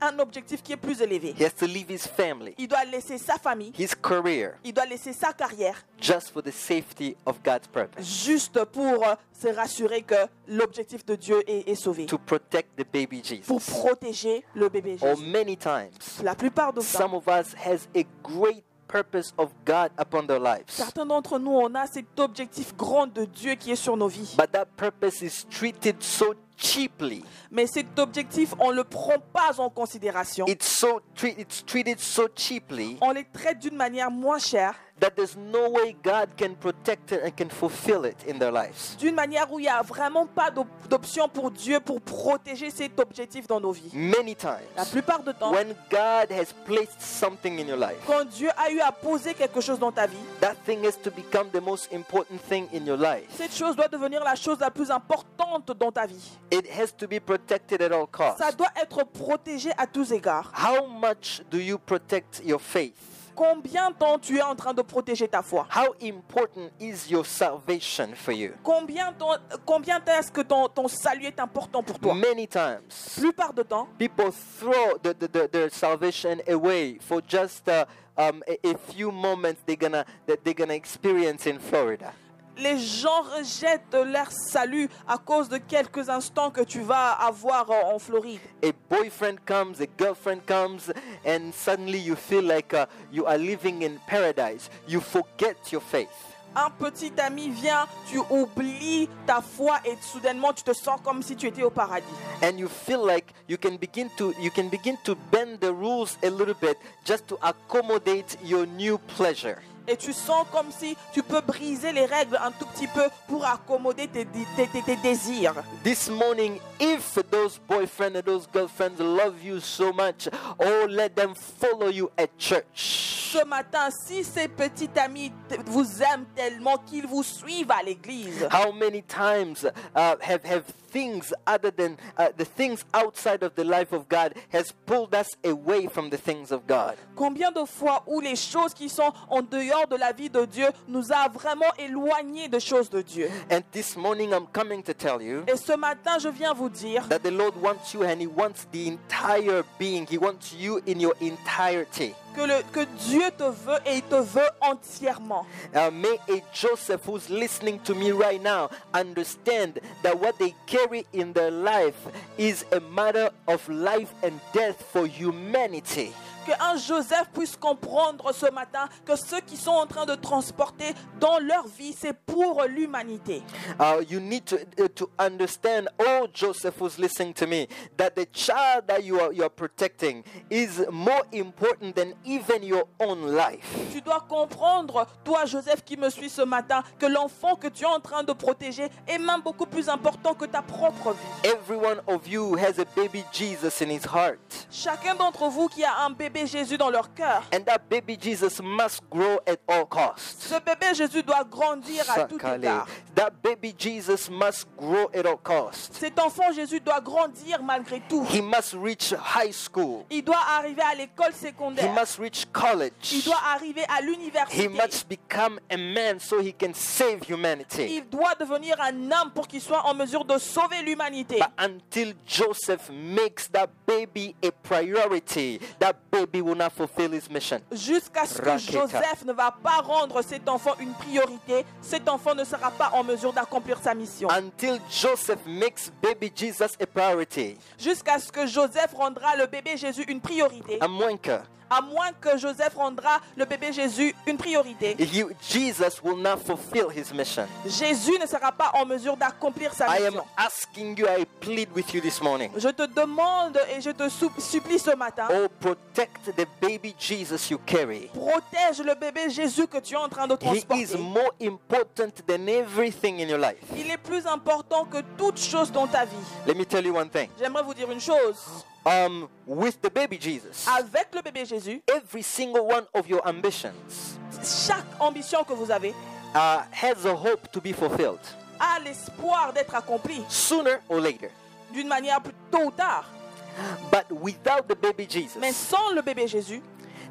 S1: un objectif qui est plus élevé.
S2: He has to leave his family,
S1: Il doit laisser sa famille.
S2: his career,
S1: Il doit laisser sa carrière
S2: just for the safety of God's purpose.
S1: juste pour euh, se rassurer que l'objectif de Dieu est, est sauvé.
S2: To protect the baby
S1: Pour
S2: Jesus.
S1: protéger le bébé
S2: Or
S1: Jésus.
S2: many times,
S1: La plupart de ça,
S2: some of us has a great purpose of God upon their lives.
S1: Certains d'entre nous, on a cet objectif grand de Dieu qui est sur nos vies.
S2: But that purpose is treated so cheaply.
S1: Mais cet objectif, on ne le prend pas en considération.
S2: It's so treat, it's treated so cheaply
S1: On les traite d'une manière moins chère,
S2: that there's no way God can protect it and can fulfill it in their lives.
S1: d'une manière où il n'y a vraiment pas d'op- d'option pour Dieu pour protéger cet objectif dans nos vies.
S2: Many
S1: La
S2: times,
S1: plupart du temps,
S2: when God has placed something in your life,
S1: quand Dieu a eu à poser quelque chose dans ta vie,
S2: That thing has to become the most important thing in your life.
S1: cette chose doit devenir la chose la plus importante dans ta vie.
S2: It has to be protected at all costs.
S1: Ça doit être protégé à tous égards.
S2: How much do you protect your faith?
S1: Combien de temps tu es en train de protéger ta foi
S2: How important is your salvation for you?
S1: Combien, ton- combien est-ce que ton, ton salut est important pour toi
S2: Many times,
S1: plupart du temps,
S2: people throw the, the, the- their salvation away for just uh, um, a, a few moments they're gonna, that they're gonna experience in Florida.
S1: les gens rejettent leur salut à cause de quelques instants que tu vas avoir euh, en Floride.
S2: A boyfriend comes, a girlfriend comes, and suddenly you feel like uh, you are living in paradise. You forget your faith.
S1: un petit ami vient, tu oublies ta foi et soudainement tu te sens comme si tu étais au paradis.
S2: and you feel like you can begin to you can begin to bend the rules a little bit just to accommodate your new pleasure
S1: Et tu sens comme si tu peux briser les règles un tout petit peu pour accommoder tes, dé- tes- tes- tes désirs.
S2: this morning if those boyfriend and those girlfriends love you so much oh let them follow you at church
S1: Ce matin, si ces petits amis t- vous aiment tellement qu'ils vous suivent à l'église,
S2: how many times uh, have have things other than uh, the things outside of the life of god has pulled us away from the things of god
S1: combien de fois où les choses qui sont en dehors de la vie de Dieu nous a vraiment éloignés de choses de Dieu.
S2: and this morning i'm coming to tell you
S1: Et ce matin, je viens vous dire
S2: that the Lord wants you and He wants the entire being. He wants you in your entirety.
S1: que, le- que Dieu te veut et il te veut entièrement.
S2: Uh, may a Joseph who's listening to me right now understand that what they carry in their life is a matter of life and death for humanity.
S1: Que un Joseph puisse comprendre ce matin que ceux qui sont en train de transporter dans leur vie, c'est pour l'humanité.
S2: Uh, you need to, uh, to understand, oh Joseph who's listening to me, that the child that you are, you are protecting is more important than even your own life.
S1: Tu dois comprendre, toi Joseph qui me suis ce matin, que l'enfant que tu es en train de protéger est même beaucoup plus important que ta propre vie.
S2: Every one of you has a baby Jesus in his heart.
S1: Chacun d'entre vous qui a un bébé Jésus dans leur cœur,
S2: And that baby Jesus must grow at all costs.
S1: ce bébé Jésus doit grandir à tout
S2: Sakale.
S1: égard.
S2: That baby Jesus must grow at all costs.
S1: Cet enfant Jésus doit grandir malgré tout.
S2: He must reach high school.
S1: Il doit arriver à l'école
S2: He
S1: secondaire.
S2: must reach college.
S1: Il doit arriver à l'université.
S2: He must become a man so he can save humanity.
S1: Il doit devenir un homme pour qu'il soit en mesure de sauver l'humanité.
S2: But until Joseph makes that baby a priority, that baby will not fulfill his mission.
S1: Jusqu'à ce que
S2: Raketa.
S1: Joseph ne va pas rendre cet enfant une priorité, cet enfant ne sera pas en mesure d'accomplir sa mission.
S2: Until Joseph makes baby Jesus a priority,
S1: Jusqu'à ce que Joseph rendra le bébé Jésus une priorité.
S2: Ah. Amwenka,
S1: À moins que Joseph rendra le bébé Jésus une priorité,
S2: you, Jesus will not fulfill his mission.
S1: Jésus ne sera pas en mesure d'accomplir sa
S2: I am
S1: mission.
S2: asking you, I plead with you this morning.
S1: Je te demande et je te sou- supplie ce matin,
S2: Oh, protect the baby Jesus you carry.
S1: protège le bébé Jésus que tu es en train de
S2: He is
S1: transporter.
S2: more important than everything in your life.
S1: Il est plus important que toute chose dans ta vie.
S2: Let me tell you one thing.
S1: J'aimerais vous dire une chose.
S2: Um, with the baby Jesus,
S1: Avec le bébé Jésus,
S2: every single one of your ambitions
S1: chaque ambition que vous avez
S2: uh, has a hope to be fulfilled
S1: a l'espoir d'être accomplie
S2: sooner or later.
S1: d'une manière plus tôt ou tard.
S2: But without the baby
S1: Mais
S2: Jesus,
S1: sans le bébé Jésus,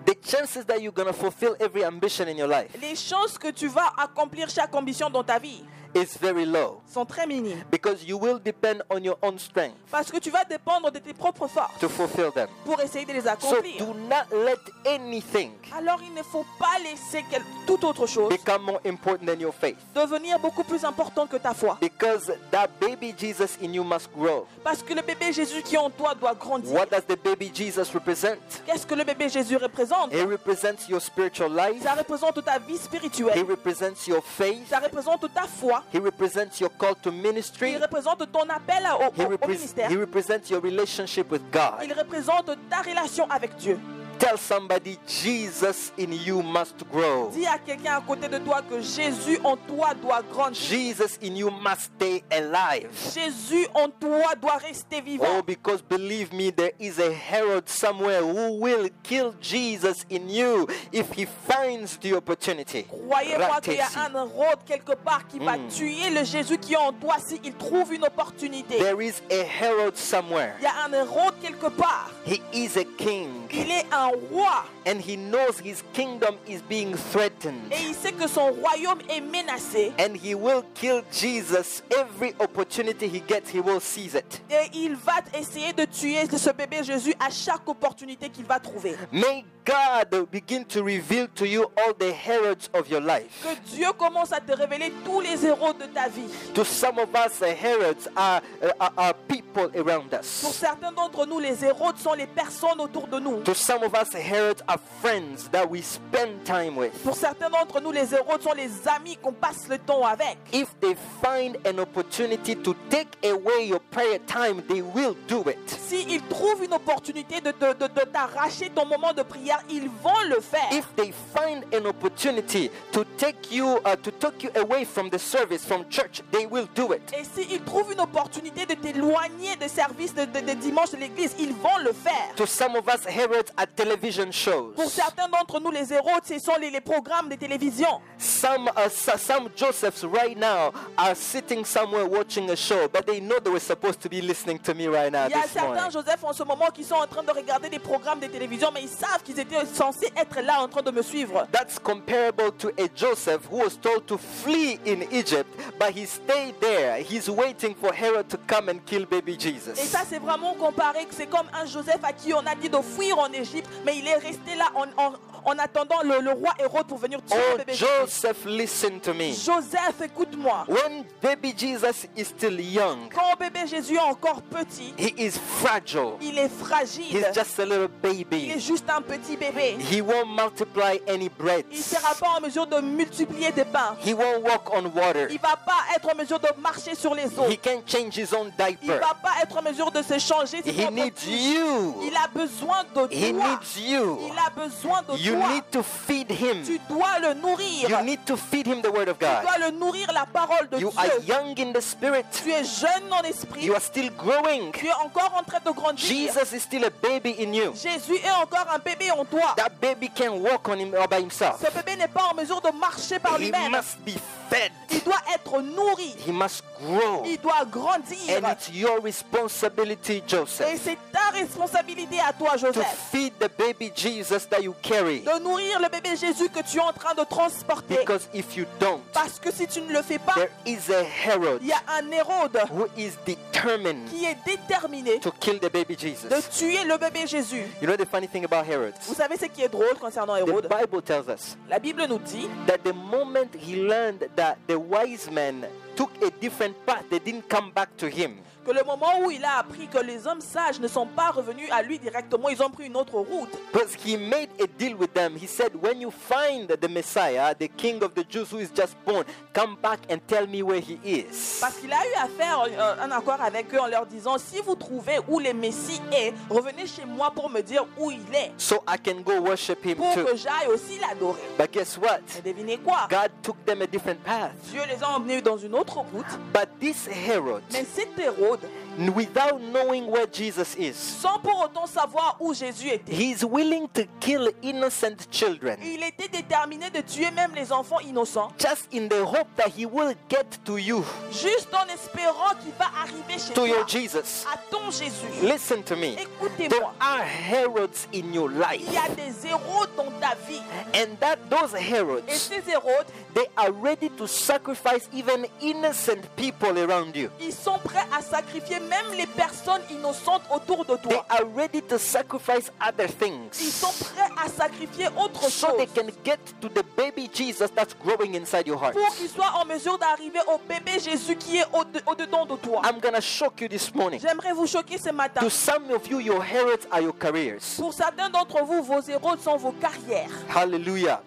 S2: the chances that you're gonna fulfill every ambition in your life
S1: les chances que tu vas accomplir chaque ambition dans ta vie
S2: is very low
S1: sont très minimes.
S2: because you will depend on your own strength
S1: Parce que tu vas dépendre de tes propres forces
S2: to fulfill them.
S1: pour essayer de les
S2: So
S1: accomplir.
S2: do not let anything
S1: Alors il ne faut pas laisser quel- toute autre chose
S2: become more important than your faith.
S1: devenir beaucoup plus important que ta foi.
S2: Because that baby Jesus in you must grow.
S1: Parce que le bébé Jésus qui est en toi doit grandir.
S2: What does the baby Jesus represent?
S1: Qu'est-ce que le bébé Jésus représente
S2: He represents your spiritual life.
S1: Ça représente ta vie
S2: He
S1: spirituelle.
S2: represents your faith.
S1: Ça représente ta foi.
S2: He represents your call to ministry.
S1: Il représente ton appel à- au,
S2: He,
S1: au- au
S2: repres-
S1: ministère.
S2: he represents your relationship with God.
S1: Il représente ta relation avec Dieu.
S2: Tell somebody Jesus in you must grow.
S1: Dis à quelqu'un à côté de toi que Jésus en toi doit grandir.
S2: Jesus in you must stay alive.
S1: Jésus en toi doit rester vivant.
S2: Oh, because believe me, there is a herald somewhere who will kill Jesus in you if he finds the opportunity.
S1: Croyez-moi qu'il y a
S2: Ratesi.
S1: un rôde quelque part qui va tuer le Jésus qui est en toi s'il trouve une opportunité.
S2: There is a herald somewhere.
S1: Il y a un rôde quelque part.
S2: He is a king,
S1: Il est un roi
S2: and he knows his kingdom is being threatened.
S1: et il sait que son royaume est menacé.
S2: And he will kill Jesus every opportunity he gets, he will seize it.
S1: Et il va essayer de tuer ce bébé Jésus à chaque opportunité qu'il va trouver.
S2: May God begin to reveal to you all the heralds of your life.
S1: Que Dieu commence à te révéler tous les héros de ta vie.
S2: To some of us, the heralds are, are, are people around
S1: Pour
S2: us.
S1: certains d'entre nous, les héros sont les personnes autour de nous.
S2: To some of us, Herod, are friends that we spend time with.
S1: Pour certains d'entre nous, les héros sont les amis qu'on passe le temps avec.
S2: If they find an opportunity to take away your prayer time, they will do it.
S1: S'ils trouvent une opportunité de, te- de- de t'arracher ton moment de prière, ils vont le faire.
S2: If they find an opportunity to take you uh, to take you away from the service from church, they will do it.
S1: Et s'ils trouvent une opportunité de t'éloigner des services de, de- de dimanche de l'église, ils vont le faire.
S2: To some of us, Herod are television
S1: Pour
S2: shows.
S1: certains d'entre nous, les héros, ce sont les, les programmes de télévision.
S2: Some uh, so- some Josephs right now are sitting somewhere watching a show, but they know they were supposed to be listening to me right now
S1: Il y a
S2: this morning.
S1: certains Joseph en ce moment qui sont en train de regarder des programmes de télévision, mais ils savent qu'ils étaient censés être là en train de me suivre.
S2: That's comparable to a Joseph who was told to flee in Egypt, but he stayed there. He's waiting for Herod to come and kill baby
S1: Et
S2: Jesus.
S1: ça, c'est vraiment comparé, que c'est comme un Joseph à qui on a dit de fuir en Égypte, mais il est resté là en, en- en attendant le, le roi Hérode pour venir tuer
S2: Oh,
S1: le bébé.
S2: Joseph, listen to me.
S1: Joseph, écoute-moi.
S2: When baby Jesus is still young,
S1: Quand bébé Jésus est encore petit,
S2: he is fragile.
S1: il est fragile.
S2: He's just a little
S1: Il est
S2: baby.
S1: juste un petit bébé.
S2: He won't multiply any
S1: Il ne
S2: breads.
S1: sera pas en mesure de multiplier des pains.
S2: He won't walk on water.
S1: Il ne va pas être en mesure de marcher sur les eaux.
S2: He can't change his own
S1: Il ne
S2: diaper.
S1: va pas être en mesure de se changer. ses
S2: He
S1: propres
S2: needs
S1: couches.
S2: you.
S1: Il a besoin de
S2: He
S1: toi.
S2: needs you.
S1: Il a besoin de
S2: You
S1: toi.
S2: need to feed him.
S1: Tu dois le nourrir.
S2: You need to feed him the word of
S1: Tu
S2: God.
S1: dois le nourrir la parole de
S2: You
S1: Dieu.
S2: are young in the spirit.
S1: Tu es jeune en esprit.
S2: You are still growing.
S1: Tu es encore en train de grandir.
S2: Jesus is still a baby in you.
S1: Jésus est encore un bébé en toi.
S2: That baby can walk on him all by himself.
S1: Ce bébé n'est pas en mesure de marcher par
S2: He
S1: lui-même.
S2: must be fed.
S1: Il doit être nourri.
S2: He must grow.
S1: Il doit
S2: And
S1: grandir.
S2: it's your responsibility,
S1: Et
S2: Joseph,
S1: c'est ta responsabilité à toi,
S2: to
S1: Joseph,
S2: feed the baby Jesus that you carry.
S1: de nourrir le bébé Jésus que tu es en train de transporter.
S2: Because if you don't,
S1: Parce que si tu ne le fais pas,
S2: there is a Herod
S1: il y a un Hérode
S2: who is determined
S1: qui est déterminé
S2: to kill the baby
S1: de
S2: Jesus.
S1: tuer le bébé Jésus.
S2: You know the funny thing about Herod?
S1: Vous savez ce qui est drôle concernant
S2: The
S1: Hérode
S2: Bible tells us
S1: La Bible nous dit
S2: that the moment he learned that the wise men took a different path, they didn't come back to him.
S1: que le moment où il a appris que les hommes sages ne sont pas revenus à lui directement, ils ont pris une autre route.
S2: But he made a deal with them. He said, When you find the Messiah, the King of the Jews who is just born, come back and tell me where he is.
S1: Parce qu'il a eu à faire euh, un accord avec eux en leur disant, si vous trouvez où le Messie est, revenez chez moi pour me dire où il est,
S2: So I can go worship him
S1: pour que
S2: too.
S1: j'aille aussi l'adorer.
S2: But guess what?
S1: Et devinez quoi
S2: God took them a different path.
S1: Dieu les a emmenés dans une autre route.
S2: But this Herod,
S1: Mais cet Hérode,
S2: n- without knowing where Jesus is,
S1: sans pour autant savoir où Jésus était,
S2: he's willing to kill innocent children
S1: il était déterminé de tuer même les enfants innocents,
S2: just in the hope that he will get to you.
S1: juste en espérant qu'il va arriver chez
S2: to your
S1: toi,
S2: Jesus.
S1: à ton Jésus.
S2: Listen to me. There
S1: Écoutez-moi,
S2: are Herods in your
S1: il
S2: life,
S1: y a des héros dans ta vie.
S2: and that those
S1: Et
S2: Herods,
S1: ces héros,
S2: they are ready to sacrifice even innocent people around you.
S1: ils sont prêts à sacrifier même les personnes innocentes autour de
S2: They
S1: toi.
S2: are ready to sacrifice other
S1: Ils sont
S2: things
S1: prêts à sacrifier autre
S2: so
S1: chose
S2: they can get to the baby Jesus that's growing inside your heart.
S1: pour qu'ils soient en mesure d'arriver au bébé Jésus qui est au- au-dedans de toi.
S2: I'm gonna shock you this morning.
S1: J'aimerais vous choquer ce matin.
S2: To some of you, your Herods are your careers.
S1: Pour certains d'entre vous, vos héros sont vos carrières.
S2: Hallelujah.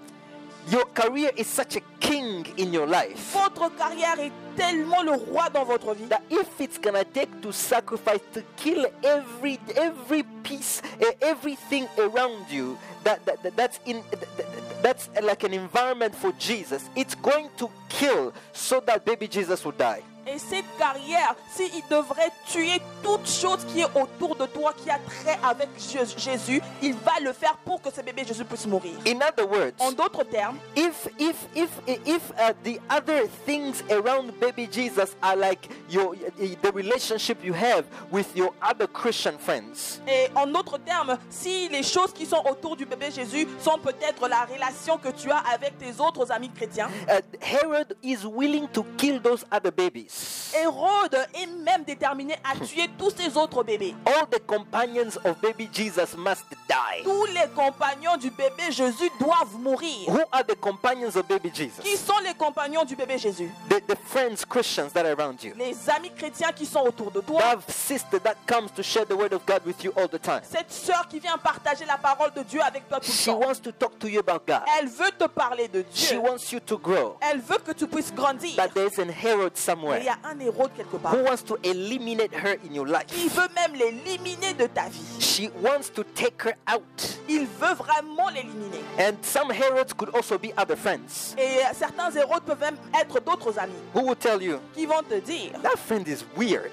S2: Your career is such a king in your life.
S1: Votre carrière est tellement le roi dans votre vie
S2: that if it's gonna take to sacrifice to kill every every piece eh, everything around you that, that, that- that's in that- that- that's like an environment for Jesus it's going to kill so that baby Jesus will die
S1: et cette carrière, s'il devrait tuer toute chose qui est autour de toi, qui a trait avec Jé- Jésus, il va le faire pour que ce bébé Jésus puisse mourir.
S2: in other words
S1: En d'autres termes,
S2: if if if if uh, the other things around baby Jesus are like your eh, the relationship you have with your other Christian friends
S1: et en d'autres termes, si les choses qui sont autour du bébé Jésus sont peut-être la relation que tu as avec tes autres amis chrétiens,
S2: uh, Herod is willing to kill those other babies
S1: Hérode est même déterminé à tuer tous ces autres bébés.
S2: All the companions of baby Jesus must die.
S1: Tous les compagnons du bébé Jésus doivent mourir.
S2: Who are the companions of baby
S1: Qui
S2: Jesus?
S1: sont les compagnons du bébé Jésus
S2: The, the friends, Christians that are around you.
S1: Les amis chrétiens qui sont autour de toi.
S2: That sister that comes to share the word of God with you all the time.
S1: Cette sœur qui vient partager la parole de Dieu avec toi tout le
S2: She
S1: temps.
S2: wants to talk to you about God.
S1: Elle veut te parler de
S2: She
S1: Dieu.
S2: wants you to grow.
S1: Elle veut que tu puisses grandir.
S2: But there's an herald
S1: Mais il y
S2: somewhere
S1: a un héros de quelque part
S2: who wants to eliminate her in your
S1: qui
S2: life.
S1: veut même l'éliminer de ta vie.
S2: She wants to take her out.
S1: Il veut vraiment l'éliminer.
S2: And some heralds could also be other friends
S1: Et euh, certains héros peuvent même être d'autres amis
S2: who will tell you,
S1: qui vont te dire
S2: that friend is weird.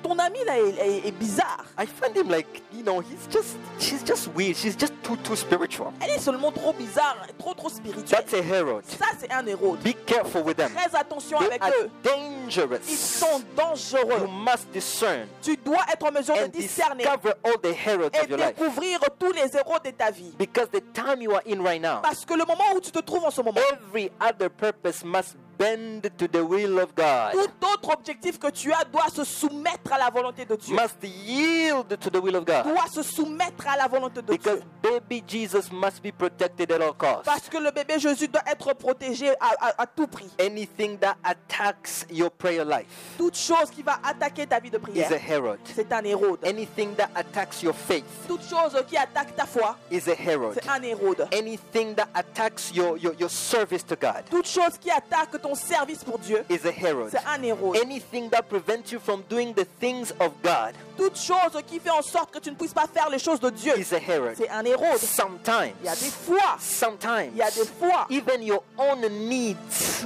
S1: Ton ami là est, est- est bizarre.
S2: I find him like, you know, he's just, she's just weird. She's just too, too spiritual.
S1: Elle est seulement trop bizarre, trop trop spirituelle.
S2: That's a herald.
S1: Ça, c'est un héros.
S2: Be careful with them.
S1: Très attention
S2: They
S1: avec
S2: are
S1: eux. Ils
S2: dangerous.
S1: sont
S2: You
S1: dangereux.
S2: must discern
S1: Tu dois être en mesure de
S2: and
S1: discerner
S2: discover all the heralds
S1: et
S2: of your life.
S1: découvrir tous les héros de ta vie.
S2: Because the time you are in right now,
S1: Parce que le moment où tu te trouves en ce moment,
S2: every other purpose must bend to the will of God,
S1: tout autre objectif que tu as doit se soumettre à la volonté de Dieu.
S2: must yield to the will of God.
S1: Doit se soumettre à la volonté de
S2: Because
S1: Dieu.
S2: baby Jesus must be protected at all costs.
S1: Parce que le bébé Jésus doit être protégé à, à- à tout prix.
S2: Anything that attacks your prayer life
S1: Toute chose qui va attaquer ta vie de
S2: is a
S1: prière,
S2: herald.
S1: c'est un hérode.
S2: Anything that attacks your faith
S1: Toute chose qui attaque ta foi,
S2: is a herald.
S1: c'est un hérode.
S2: Anything that attacks your, your, your service to God
S1: Toute chose qui attaque ton service pour Dieu,
S2: is a herald.
S1: c'est un hérode.
S2: Anything that prevents you from doing the things of God
S1: Toute chose qui fait en sorte que tu ne puisses pas faire les choses de Dieu,
S2: is a herald.
S1: c'est un hérode. Il y a des
S2: Sometimes,
S1: fois,
S2: sometimes,
S1: il y a des fois,
S2: even your own needs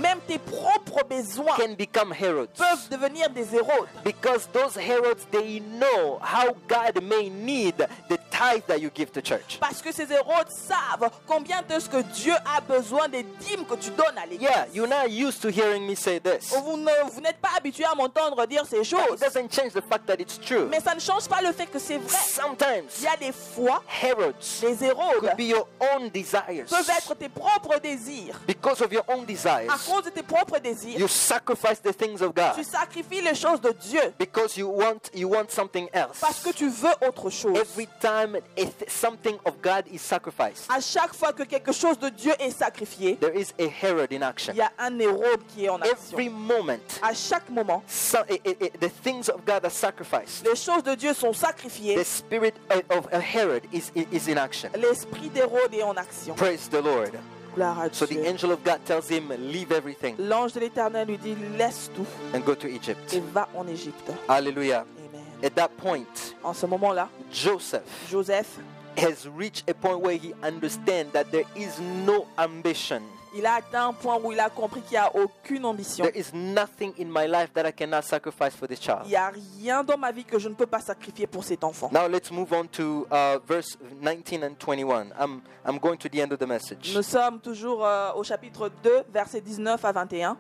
S1: même tes propres besoins
S2: can become heralds.
S1: peuvent devenir des hérodes.
S2: Because those heralds, they know how God may need the tithe that you give to church.
S1: Parce que ces héros savent combien de ce que Dieu a besoin des dîmes que tu donnes à l'église.
S2: Yeah, you're not used to hearing me say this.
S1: Vous ne- vous n'êtes pas habitué à m'entendre dire ces
S2: But It
S1: choses.
S2: doesn't change the fact that it's true.
S1: Mais ça ne change pas le fait que c'est vrai. Il
S2: Sometimes
S1: y a des fois,
S2: heralds
S1: les héros
S2: could be your own desires.
S1: peuvent être tes propres désirs.
S2: Because of your own
S1: À
S2: desires,
S1: cause de tes propres désirs,
S2: you sacrifice the things of God
S1: tu sacrifies les choses de Dieu
S2: because you want you want something else.
S1: parce que tu veux autre chose.
S2: Every time a th- something of God is sacrificed,
S1: À chaque fois que quelque chose de Dieu est sacrifié,
S2: there is a herald in
S1: il
S2: action.
S1: y a un héros qui est en action.
S2: Every moment,
S1: À chaque moment,
S2: so- i- i- i- the things of God are sacrificed.
S1: les choses de Dieu sont sacrifiées.
S2: The spirit of- of a herald is, i- is in action.
S1: L'esprit d'Hérode est en action.
S2: Praise the Lord.
S1: Gloire à
S2: So the
S1: Dieu.
S2: angel of God tells him, Leave everything
S1: L'ange de l'Éternel lui dit, laisse tout
S2: and go to
S1: et
S2: Egypt.
S1: va en Égypte.
S2: Hallelujah.
S1: Amen.
S2: At that point,
S1: En ce moment-là,
S2: Joseph
S1: Joseph,
S2: has reached a point where he understands that there is no ambition.
S1: il a atteint un point où il a compris qu'il n'y a aucune ambition.
S2: There is nothing in my life that I cannot sacrifice for this
S1: Il
S2: child.
S1: n'y a rien dans ma vie que je ne peux pas sacrifier pour cet enfant.
S2: Now let's move on to uh, verse 19 and 21. I'm, I'm going to the end of the message.
S1: Nous sommes toujours euh, au chapitre 2, versets 19 à 21.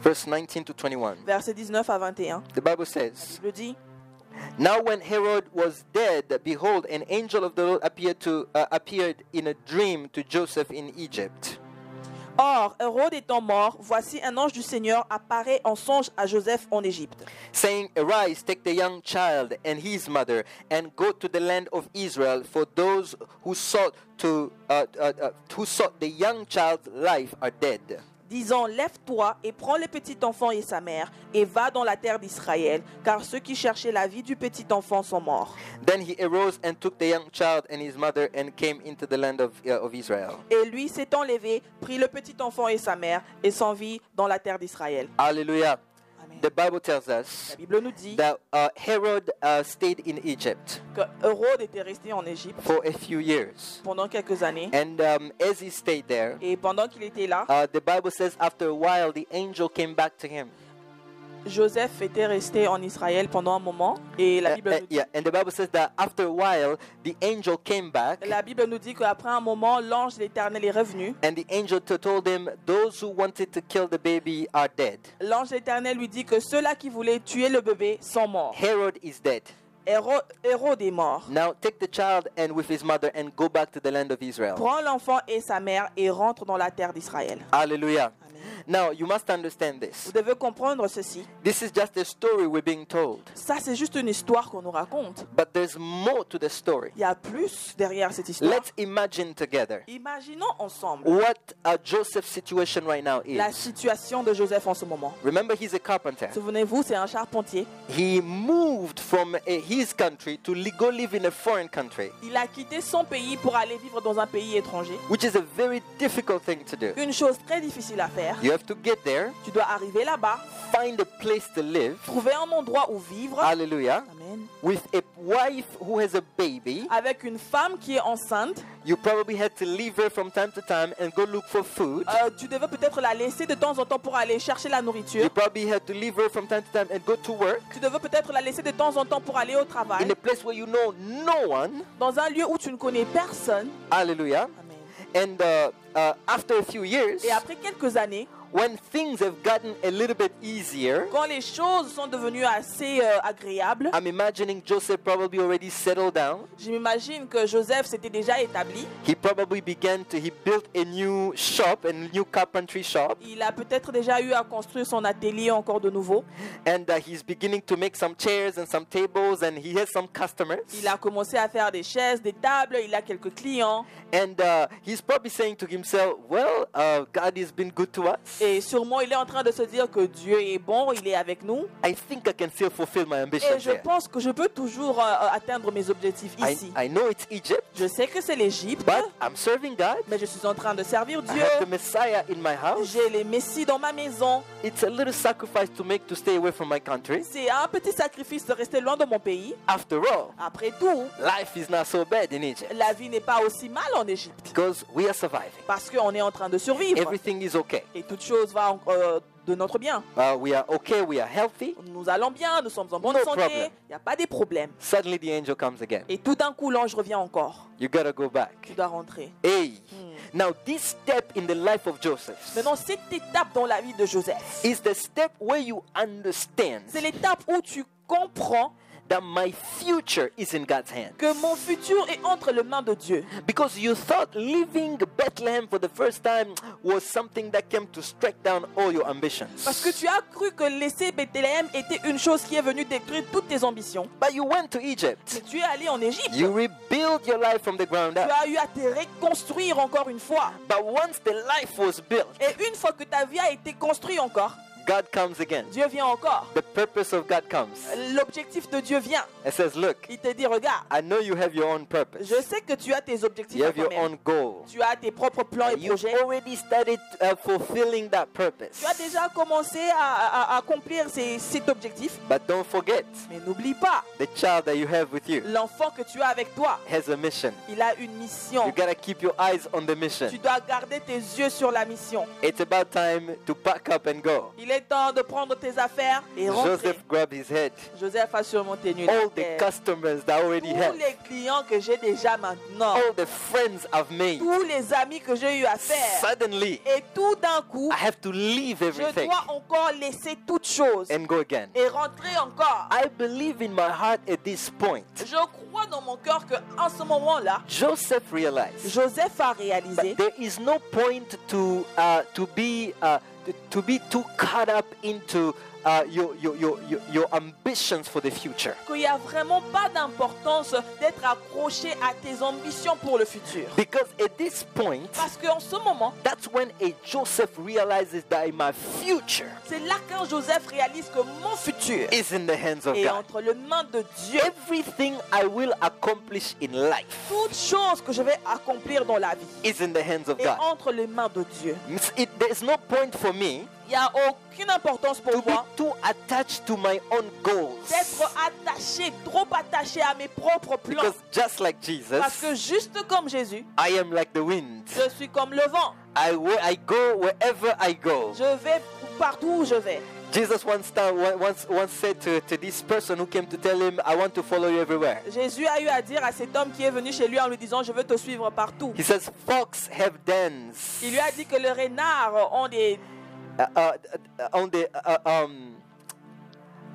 S2: Verse 19 to 21.
S1: Versets 19 à 21.
S2: The Bible says,
S1: Je le dis.
S2: Now when Herod was dead, behold, an angel of the Lord appeared, to, uh, appeared in a dream to Joseph in Egypt.
S1: Or, Hérode étant mort, voici un ange du Seigneur apparaît en songe à Joseph en Égypte,
S2: saying, Arise, take the young child and his mother, and go to the land of Israel, for those who sought to uh, uh, uh, who sought the young child's life are dead.
S1: disant Lève-toi et prends le petit enfant et sa mère, et va dans la terre d'Israël, car ceux qui cherchaient la vie du petit enfant sont morts.
S2: Then he arose and took the young child and his mother and came into the land of, uh, of Israel.
S1: Et lui s'étant levé, prit le petit enfant et sa mère, et s'en vit dans la terre d'Israël.
S2: Hallelujah.
S1: Amen.
S2: The Bible tells
S1: La
S2: us
S1: Bible nous dit
S2: that uh, Herod uh, stayed in Egypt
S1: que Hérode était resté en Égypte
S2: for a few years.
S1: pendant quelques années,
S2: And um, as he stayed there,
S1: et pendant qu'il était là,
S2: uh, the Bible says after a while the angel came back to him.
S1: Joseph était resté en Israël pendant un moment, et la
S2: Uh,
S1: Bible
S2: uh,
S1: nous dit,
S2: yeah, and the Bible says that after a while, the angel came back,
S1: la Bible nous dit qu'après un moment, l'ange de l'Éternel est revenu.
S2: and the angel t- told him, "Those who wanted to kill the baby are dead.
S1: L'ange éternel lui dit que ceux-là qui voulaient tuer le bébé sont morts.
S2: Herod is dead.
S1: Héro- Hérode est mort.
S2: Now take the child and with his mother and go back to the land of Israel."
S1: Prends l'enfant et sa mère et rentre dans la terre d'Israël.
S2: Hallelujah.
S1: Amen.
S2: Now, you must understand this.
S1: Vous devez comprendre ceci.
S2: This is just a story we're being told,
S1: Ça, c'est juste une histoire qu'on nous raconte.
S2: but there's more to the story.
S1: Il y a plus derrière cette histoire.
S2: Let's imagine together
S1: Imaginons ensemble
S2: what uh, Joseph's situation right now
S1: la
S2: is.
S1: situation de Joseph en ce moment.
S2: Remember, he's a carpenter.
S1: Souvenez-vous, c'est un charpentier.
S2: He moved from uh, his country to li- go live in a foreign country,
S1: Il a quitté son pays pour aller vivre dans un pays étranger.
S2: which is a very difficult thing to do.
S1: Une chose très difficile à faire.
S2: You have to get there,
S1: Tu dois arriver là-bas,
S2: find a place to live,
S1: trouver un endroit où vivre.
S2: hallelujah,
S1: Amen.
S2: with a wife who has a baby.
S1: Avec une femme qui est enceinte.
S2: You probably had to leave her from time to time and go look for food.
S1: Euh, tu devais peut-être la laisser de temps en temps pour aller chercher la
S2: You
S1: nourriture.
S2: probably had to leave her from time to time and go to work
S1: Tu devais peut-être la laisser de temps en temps pour aller au
S2: in
S1: travail.
S2: a place where you know no one.
S1: Dans un lieu où tu ne connais personne.
S2: Hallelujah.
S1: Amen.
S2: And uh, uh, after a few years,
S1: Et après quelques années,
S2: when things have gotten a little bit easier,
S1: quand les choses sont devenues assez euh, agréables,
S2: I'm imagining Joseph probably already settled down.
S1: je m'imagine que Joseph s'était déjà établi.
S2: He probably began to, he built a new shop, a new carpentry shop,
S1: Il a peut-être déjà eu à construire son atelier encore de nouveau.
S2: and uh, he's beginning to make some chairs and some tables, and he has some customers.
S1: Il a commencé à faire des chaises, des tables, il a quelques clients.
S2: And uh, he's probably saying to himself, Well, uh, God has been good to us.
S1: Et sûrement, il est en train de se dire que Dieu est bon, il est avec nous.
S2: I think I can still fulfill my
S1: Et
S2: ambitions
S1: Eh, je
S2: here.
S1: pense que je peux toujours euh, euh, atteindre mes objectifs
S2: I,
S1: ici.
S2: I know it's Egypt,
S1: Je sais que c'est l'Égypte,
S2: but I'm serving God.
S1: mais je suis en train de servir
S2: I
S1: Dieu.
S2: have the Messiah in my house.
S1: J'ai les messies dans ma maison.
S2: It's a little sacrifice to make to stay away from my country.
S1: C'est un petit sacrifice de rester loin de mon pays.
S2: After all,
S1: Après tout,
S2: life is not so bad in Egypt
S1: la vie n'est pas aussi mal en Égypte
S2: because we are surviving.
S1: parce qu'on est en train de survivre
S2: Everything is okay.
S1: et toute chose va en- euh, de notre bien.
S2: Uh, we are okay, we are healthy.
S1: Nous allons bien, nous sommes en bonne
S2: No
S1: santé,
S2: problem.
S1: il n'y a pas de problème.
S2: Suddenly the angel comes again.
S1: Et tout d'un coup, l'ange revient encore.
S2: You gotta go back.
S1: Tu dois rentrer.
S2: Hey.
S1: Hmm.
S2: Now, this step in the life of Joseph
S1: Maintenant, cette étape dans la vie de Joseph,
S2: is the step where you understand
S1: c'est l'étape où tu comprends
S2: that my future is in God's hand.
S1: que mon futur est entre les mains de Dieu.
S2: Because you thought leaving Bethlehem for the first time was something that came to strike down all your ambitions.
S1: Parce que tu as cru que laisser Bethléem était une chose qui est venue détruire toutes tes ambitions.
S2: But you went to
S1: Mais
S2: Egypt.
S1: tu es allé en Égypte.
S2: You rebuilt your life from the ground
S1: Tu
S2: up.
S1: as eu à te reconstruire encore une fois.
S2: But once the life was built,
S1: Et une fois que ta vie a été construite encore,
S2: God comes again.
S1: Dieu vient encore.
S2: The purpose of God comes
S1: L'objectif de Dieu vient.
S2: and says, Look,
S1: Il te dit, regarde,
S2: I know you have your own purpose,
S1: je sais que tu as tes objectifs
S2: you
S1: à
S2: have your
S1: toi-même.
S2: own goal.
S1: Tu as tes propres plans et
S2: You've
S1: projets.
S2: already started uh, fulfilling that purpose.
S1: Tu as déjà commencé à, à- à accomplir ces- cet objectif.
S2: But don't forget,
S1: Mais n'oublie pas,
S2: the child that you have with you
S1: l'enfant que tu as avec toi,
S2: has a mission.
S1: il a une
S2: You
S1: mission.
S2: gotta keep your eyes on the
S1: Tu
S2: mission.
S1: dois garder tes yeux sur la mission.
S2: It's about time to pack up and go.
S1: Il est temps de prendre tes affaires et rentrer.
S2: Joseph grabbed his head.
S1: Joseph a surmonté nu la
S2: All the
S1: terre.
S2: customers that I already
S1: Tous
S2: have,
S1: les clients que j'ai déjà maintenant,
S2: all the friends I've made.
S1: tous les amis que j'ai eu à faire,
S2: Suddenly,
S1: et tout d'un coup,
S2: I have to leave
S1: Ah, je
S2: everything
S1: dois encore laisser toute chose
S2: and go again.
S1: et Ah. rentrer encore.
S2: I believe in my heart at this point.
S1: Je crois dans mon cœur que en ce moment-là,
S2: Joseph realized
S1: Joseph a
S2: that
S1: réalisé
S2: there is no point to uh, to be uh, to- to be too caught up into uh, your, your your your your ambitions for the future.
S1: qu'il n'y a vraiment pas d'importance d'être accroché à tes ambitions pour le futur.
S2: Because at this point,
S1: Parce qu'en ce moment,
S2: that's when a Joseph realizes that my future
S1: c'est là qu'un Joseph réalise que mon futur
S2: is in the hands of
S1: est
S2: God.
S1: entre les mains de Dieu.
S2: Everything I will accomplish in life
S1: Toute chose que je vais accomplir dans la vie
S2: is in the hands of
S1: est
S2: God.
S1: entre les mains de Dieu.
S2: It's- it- there's no point for me
S1: Il n'y a aucune importance pour
S2: to be
S1: moi
S2: too attached to my own goals.
S1: d'être attaché, trop attaché à mes propres plans.
S2: Because just like
S1: Parce que
S2: Jesus,
S1: juste comme Jésus,
S2: I am like the wind.
S1: je suis comme le vent.
S2: I, where I go wherever I go.
S1: Je vais partout où je vais.
S2: Jesus once, ta- once, once said to, to this person who came to tell him, I want to follow you everywhere.
S1: Jésus a eu à dire à cet homme qui est venu chez lui en lui disant Je veux te suivre partout.
S2: He says, Fox have dens.
S1: Il lui a dit que le renard ont des.
S2: uh, uh, uh, on the uh, um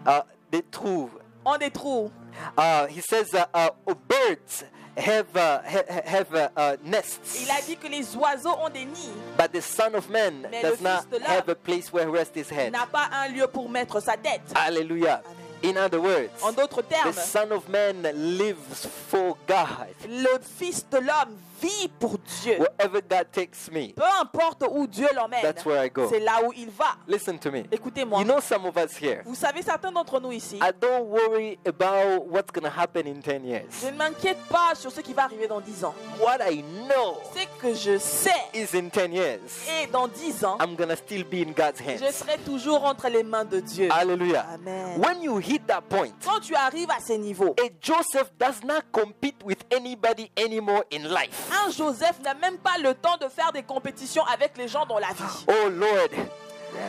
S2: uh, the true.
S1: ont des trous.
S2: Uh, he says uh, uh, birds have uh, ha- ha- have uh, uh, nests,
S1: Il a dit que les oiseaux ont des nids.
S2: But the Son of Man
S1: Mais
S2: does
S1: le
S2: not
S1: Fils de l'homme
S2: have a place where rest his head.
S1: n'a pas un lieu pour mettre sa tête.
S2: Hallelujah. In other words,
S1: En d'autres
S2: the
S1: termes,
S2: Son of Man lives for God.
S1: le Fils de l'homme vit pour Dieu.
S2: Wherever God takes me,
S1: Peu importe où Dieu l'emmène,
S2: That's where I go.
S1: c'est là où il va.
S2: listen to me.
S1: Écoutez-moi,
S2: You know, some of us here,
S1: vous savez, certains d'entre nous ici,
S2: I don't worry about what's going to happen in 10 years.
S1: je ne m'inquiète pas sur ce qui va arriver dans 10 ans.
S2: What I know
S1: C'est que je sais,
S2: is in 10 years,
S1: et dans 10 ans,
S2: I'm going to still be in God's
S1: je
S2: hands.
S1: serai toujours entre les mains de Dieu.
S2: Hallelujah.
S1: Amen.
S2: When you hit that point,
S1: Quand tu arrives à ces niveaux,
S2: a Joseph does not compete with anybody anymore in life.
S1: un Joseph n'a même pas le temps de faire des compétitions avec les gens dans la vie.
S2: Oh Lord,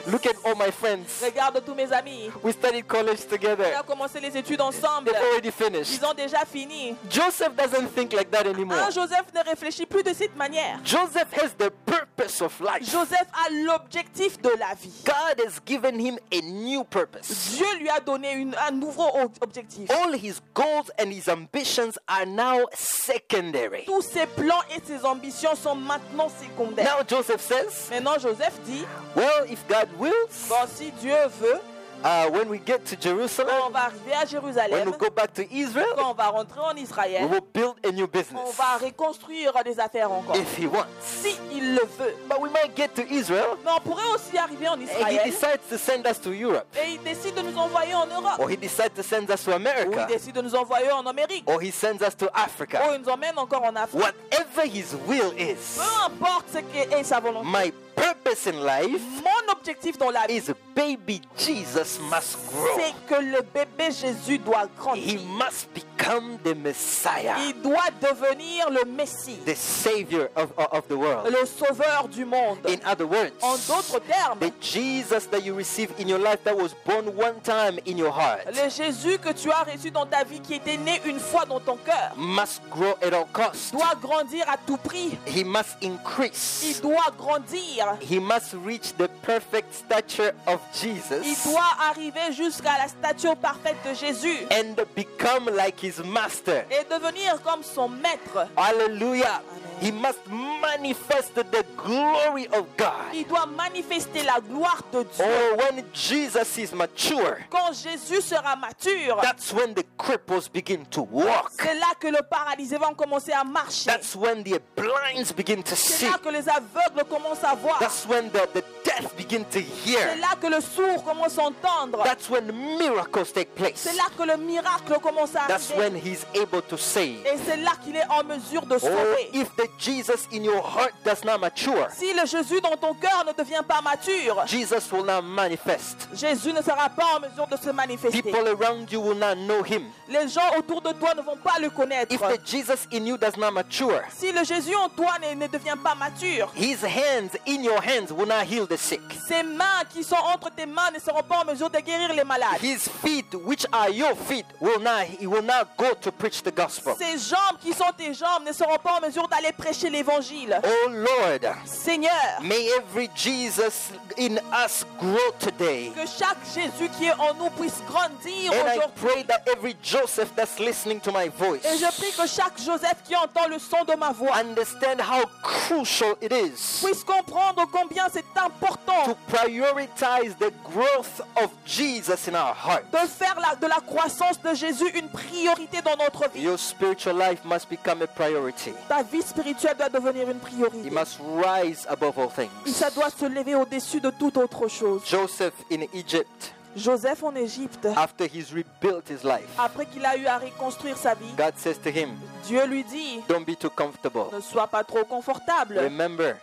S2: look at all my friends.
S1: Regarde tous mes amis,
S2: We studied college
S1: on
S2: together.
S1: a commencé les études ensemble,
S2: They've already
S1: ils
S2: finished.
S1: ont déjà fini.
S2: Joseph doesn't think like that anymore.
S1: Un Joseph ne réfléchit plus de cette manière.
S2: Joseph has the purpose of life.
S1: Joseph a l'objectif de la vie.
S2: God has given him a new purpose.
S1: Dieu lui a donné une- un nouveau ob- objectif.
S2: All his goals and his ambitions are now secondary.
S1: Tous ses plans et ses ambitions sont maintenant secondaires.
S2: Now Joseph says,
S1: Maintenant, Joseph dit,
S2: Well, if God wills,
S1: bon, si Dieu veut,
S2: uh, when we get to
S1: quand on
S2: Jerusalem,
S1: va arriver à
S2: when
S1: Jérusalem,
S2: we go back to Israel,
S1: quand on va rentrer en
S2: we
S1: Israël,
S2: will build a new
S1: on
S2: business.
S1: va reconstruire des affaires encore.
S2: if he wants.
S1: Si il le veut.
S2: But we might get to Israel
S1: Mais on pourrait aussi arriver en
S2: and he
S1: Israël
S2: decides to send us to Europe,
S1: et il décide de nous envoyer en Europe.
S2: or he decides to send us to
S1: Ou il
S2: America,
S1: décide de nous envoyer en Amérique.
S2: or he sends us to
S1: Ou
S2: Africa.
S1: il nous emmène encore en Afrique.
S2: Whatever his will is,
S1: Peu importe ce qu'est sa volonté.
S2: my purpose in life
S1: Mon objectif dans la vie,
S2: is baby Jesus must grow.
S1: c'est que le bébé Jésus doit
S2: He
S1: grandir.
S2: must become the Messiah,
S1: Il doit devenir le Messie,
S2: the Savior of, of, of the world.
S1: le sauveur du monde.
S2: In other words,
S1: En d'autres termes,
S2: the Jesus that you receive in your life that was born one time in your heart
S1: le Jésus que tu as reçu dans ta vie, qui était né une fois dans ton cœur,
S2: must grow at all costs.
S1: doit grandir à tout prix.
S2: He must
S1: Il
S2: increase.
S1: doit grandir.
S2: He must reach the perfect stature of
S1: Il
S2: Jesus
S1: doit arriver jusqu'à la stature parfaite de Jésus
S2: and become like his master.
S1: et devenir comme son maître.
S2: Hallelujah.
S1: Amen.
S2: He must manifest the glory of God.
S1: Il doit manifester la gloire de Dieu.
S2: Or when Jesus is mature,
S1: Quand Jésus sera mature,
S2: that's when the cripples begin to walk.
S1: c'est là que le paralysé va commencer à marcher.
S2: That's when the blinds begin to
S1: C'est
S2: see.
S1: là que les aveugles commencent à voir.
S2: That's when the, the deaf begin to
S1: C'est
S2: hear.
S1: là que le sourd commence à entendre.
S2: That's when miracles take place.
S1: C'est là que le miracle commence à
S2: That's
S1: arriver.
S2: when he's able to save.
S1: Et c'est là qu'il est en mesure de
S2: Or
S1: sauver.
S2: if the Jesus in your heart does not mature,
S1: Si le Jésus dans ton cœur ne devient pas mature,
S2: Jesus will not manifest.
S1: Jésus ne sera pas en mesure de se manifester.
S2: People around you will not know him.
S1: Les gens autour de toi ne vont pas le connaître.
S2: If the Jesus in you does not mature,
S1: Si le Jésus en toi ne, ne devient pas mature,
S2: his hands in your hands will not heal the sick.
S1: ses mains qui sont entre tes mains ne seront pas en mesure de guérir les malades.
S2: His feet, which are your feet, will not he will not go to preach the gospel.
S1: Ses jambes qui sont tes jambes ne seront pas en mesure d'aller prêcher l'évangile.
S2: Oh Lord,
S1: Seigneur,
S2: may every Jesus in us grow today.
S1: que chaque Jésus qui est en nous puisse grandir
S2: And I pray
S1: aujourd'hui.
S2: that every Joseph that's listening to my
S1: Et je
S2: voice
S1: prie que chaque Joseph qui entend le son de ma voix
S2: understand how crucial it is
S1: puisse comprendre combien c'est important
S2: to prioritize the growth of Jesus in our heart.
S1: de faire la- de la croissance de Jésus une priorité dans notre vie.
S2: Your spiritual life must become a priority.
S1: Ta vie spirituelle doit devenir une priorité.
S2: It must rise above all
S1: Et
S2: things.
S1: ça doit se lever au-dessus de toute autre chose.
S2: Joseph in Egypt,
S1: Joseph en Égypte,
S2: after he's rebuilt his life,
S1: après qu'il a eu à reconstruire sa vie,
S2: God says to him,
S1: Dieu lui dit,
S2: Don't be too comfortable.
S1: ne sois pas trop confortable.
S2: Remember, you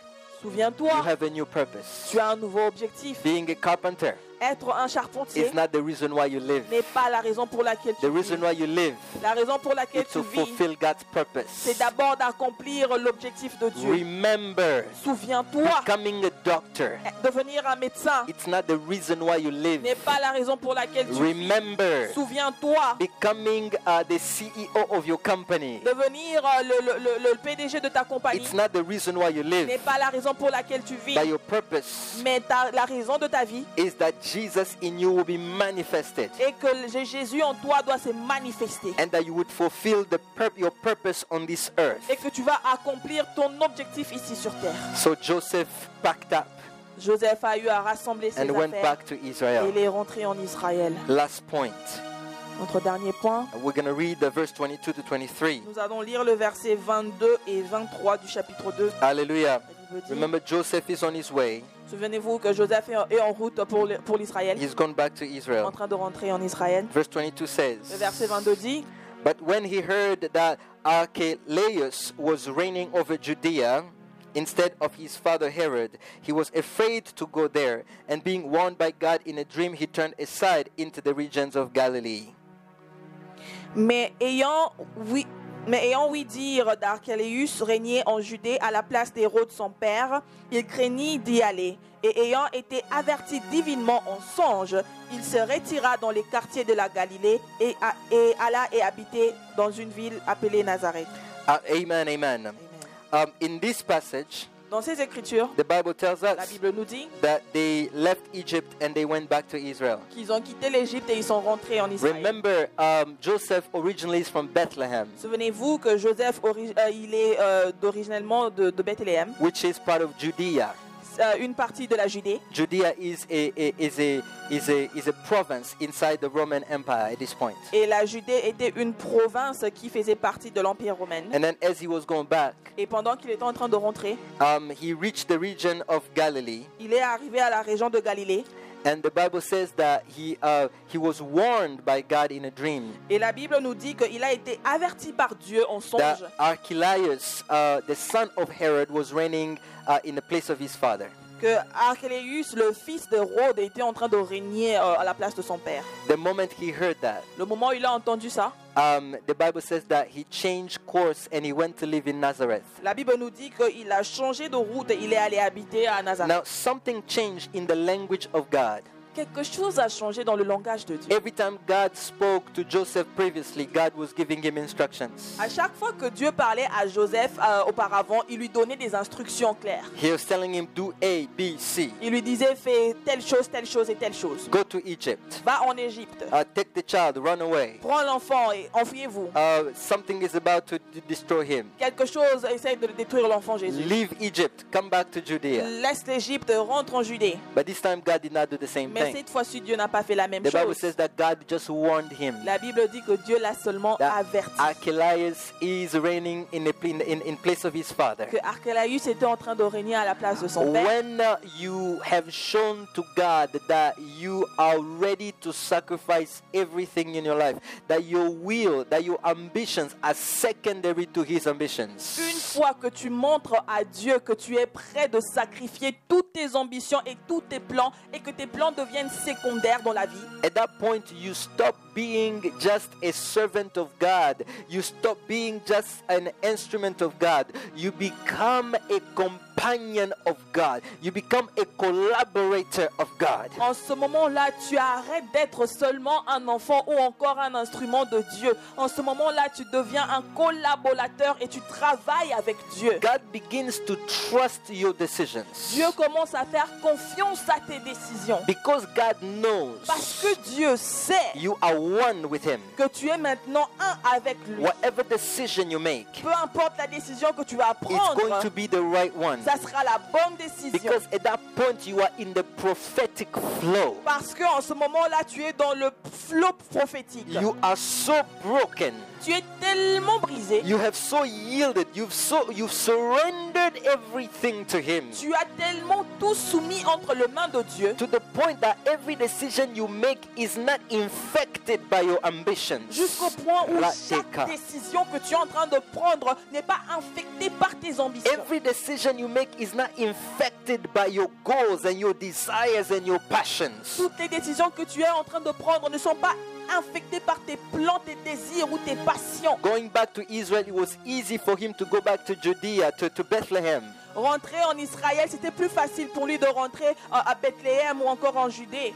S1: Souviens-toi,
S2: have a new purpose.
S1: tu as un nouveau objectif.
S2: Being a carpenter
S1: Être un charpentier
S2: is not the reason why you live.
S1: n'est pas la raison pour laquelle tu
S2: The reason
S1: vis.
S2: why you live
S1: La raison pour laquelle
S2: is
S1: tu
S2: to
S1: vis,
S2: fulfill God's purpose.
S1: c'est d'abord d'accomplir l'objectif de Dieu.
S2: Remember,
S1: Souviens-toi,
S2: becoming a doctor
S1: devenir un médecin
S2: it's not the reason why you live.
S1: n'est pas la raison pour laquelle tu vis.
S2: Remember,
S1: Souviens-toi,
S2: becoming uh, the CEO of your company
S1: devenir euh, le, le- le- le PDG de ta compagnie
S2: it's not the reason why you
S1: n'est
S2: live.
S1: pas la raison pour laquelle tu vis.
S2: But your purpose
S1: Mais ta- la raison de ta vie,
S2: is that Jesus in you will be manifested
S1: et que le- Jésus en toi doit se manifester
S2: and that you would fulfill the pur- your purpose on this earth.
S1: et que tu vas accomplir ton objectif ici sur terre.
S2: So Joseph packed up
S1: Joseph a eu à rassembler ses
S2: and went
S1: affaires
S2: back to
S1: et
S2: Israel.
S1: il est rentré en Israël.
S2: Last point.
S1: Notre dernier point,
S2: We're going to read the verse 22 to 23.
S1: nous allons lire le verset 22 et 23 du chapitre 2.
S2: Hallelujah.
S1: La Bible dit,
S2: Remember, Joseph is on his way.
S1: Souvenez-vous que Joseph est en- est en route pour le- pour l'Israël,
S2: He's gone back to
S1: en
S2: Israel.
S1: train de rentrer en Israël.
S2: Verse 22
S1: Le
S2: says,
S1: verset 22 dit,
S2: But when he heard that Archelaus was reigning over Judea instead of his father Herod, he was afraid to go there. And being warned by God in a dream, he turned aside into the regions of Galilee.
S1: Mais ayant oui, mais ayant oui dire d'Archélaüs régnait en Judée à la place d'Hérode son père, il craignit d'y aller. Et ayant été averti divinement en songe, il se retira dans les quartiers de la Galilée et, a- et alla et habitait dans une ville appelée Nazareth.
S2: Uh, amen, amen. Um, in this passage,
S1: Dans ces écritures,
S2: the Bible tells
S1: la
S2: us
S1: Bible nous dit
S2: that they left Egypt and they went back to Israel.
S1: qu'ils ont quitté l'Égypte et ils sont rentrés en Israël.
S2: Remember, um, Joseph originally is from Bethlehem,
S1: Souvenez-vous que Joseph, ori- euh, il est euh, d'originellement de, de Bethléem,
S2: which is part of Judea.
S1: euh, une partie de la Judée.
S2: Judea is a, a- is a is a is a province inside the Roman Empire at this point.
S1: Et la Judée était une province qui faisait partie de l'Empire romain.
S2: And then, as he was going back,
S1: Et pendant qu'il était en train de rentrer,
S2: um, he reached the region of Galilee,
S1: il est arrivé à la région de Galilée.
S2: and the Bible says that he uh, he was warned by God in a dream
S1: Et la Bible nous dit qu'il a été averti par Dieu en
S2: that
S1: songe
S2: Archelaus, uh, the son of Herod, was reigning uh, in the place of his father.
S1: que Archélaüs, le fils d'Hérode, était en train de régner euh, à la place de son père.
S2: The moment he heard that,
S1: Le moment où il a entendu ça,
S2: um, the Bible says that he changed course and he went to live in Nazareth.
S1: la Bible nous dit qu'il a changé de route et il est allé habiter à Nazareth.
S2: Now, something changed in the language of God.
S1: Quelque chose a changé dans le langage de Dieu.
S2: Every time God spoke to Joseph previously, God was giving him instructions.
S1: À chaque fois que Dieu parlait à Joseph euh, auparavant, il lui donnait des instructions claires.
S2: He was telling him, Do A, B, C.
S1: Il lui disait fais telle chose, telle chose et telle chose.
S2: Go to Egypt.
S1: Va en Égypte.
S2: Uh, take the child, run away.
S1: Prends l'enfant et enfuyez-vous.
S2: Uh, something is about to d- destroy him.
S1: Quelque chose essaye de détruire l'enfant Jésus.
S2: Leave Egypt, come back to Judea.
S1: Laisse l'Égypte, rentre en Judée.
S2: But this time, God did not do the same
S1: Mais
S2: thing.
S1: cette fois-ci, Dieu n'a pas fait la même
S2: The Bible
S1: chose.
S2: says that God just warned him
S1: La Bible dit que Dieu l'a seulement
S2: that
S1: averti.
S2: Archelaus is reigning in, a, pl- in, in, in place of his father.
S1: Que Archélaüs était en train de régner à la place de son père.
S2: When uh, you have shown to God that you are ready to sacrifice everything in your life, that your will, that your ambitions are secondary to His
S1: Une
S2: ambitions,
S1: fois que tu montres à Dieu que tu es prêt de sacrifier toutes tes ambitions et tous tes plans et que tes plans deviennent secondaires dans la vie,
S2: at that point you stop being just a servant of God, you stop being just an instrument of God, you become a companion of God, you become a collaborator of God.
S1: En ce moment-là, tu arrêtes d'être seulement un enfant ou encore un instrument de Dieu. En ce moment-là, tu deviens un collaborateur et tu travailles avec Dieu.
S2: God begins to trust your decisions.
S1: Dieu commence à faire confiance à tes décisions.
S2: Because God
S1: Parce
S2: knows
S1: que Dieu sait
S2: you are one with Him.
S1: que tu es maintenant un avec lui.
S2: Whatever decision you make,
S1: Peu importe la décision que tu vas
S2: it's going to
S1: prendre,
S2: be the right one.
S1: ça sera la bonne décision.
S2: Because at that point, you are in the prophetic flow.
S1: Parce que en ce moment-là, tu es dans le flot prophétique.
S2: You are so broken.
S1: Tu es tellement brisé.
S2: You have so yielded. You've so you've surrendered everything to Him.
S1: Tu as tellement tout soumis entre les mains de Dieu.
S2: To the point that every decision you make is not infected by your ambitions.
S1: Jusqu'au point où
S2: Rateka.
S1: chaque décision que tu es en train de prendre n'est pas infectée par tes ambitions.
S2: Every decision you make is not infected by your goals and your desires and your passions.
S1: Toutes les décisions que tu es en train de prendre ne sont pas infectées par tes plans, tes désirs ou tes passions.
S2: Going back to Israel, it was easy for him to go back to Judea, to, to Bethlehem.
S1: Rentrer en Israël, c'était plus facile pour lui de rentrer euh, à Bethléem ou encore en Judée.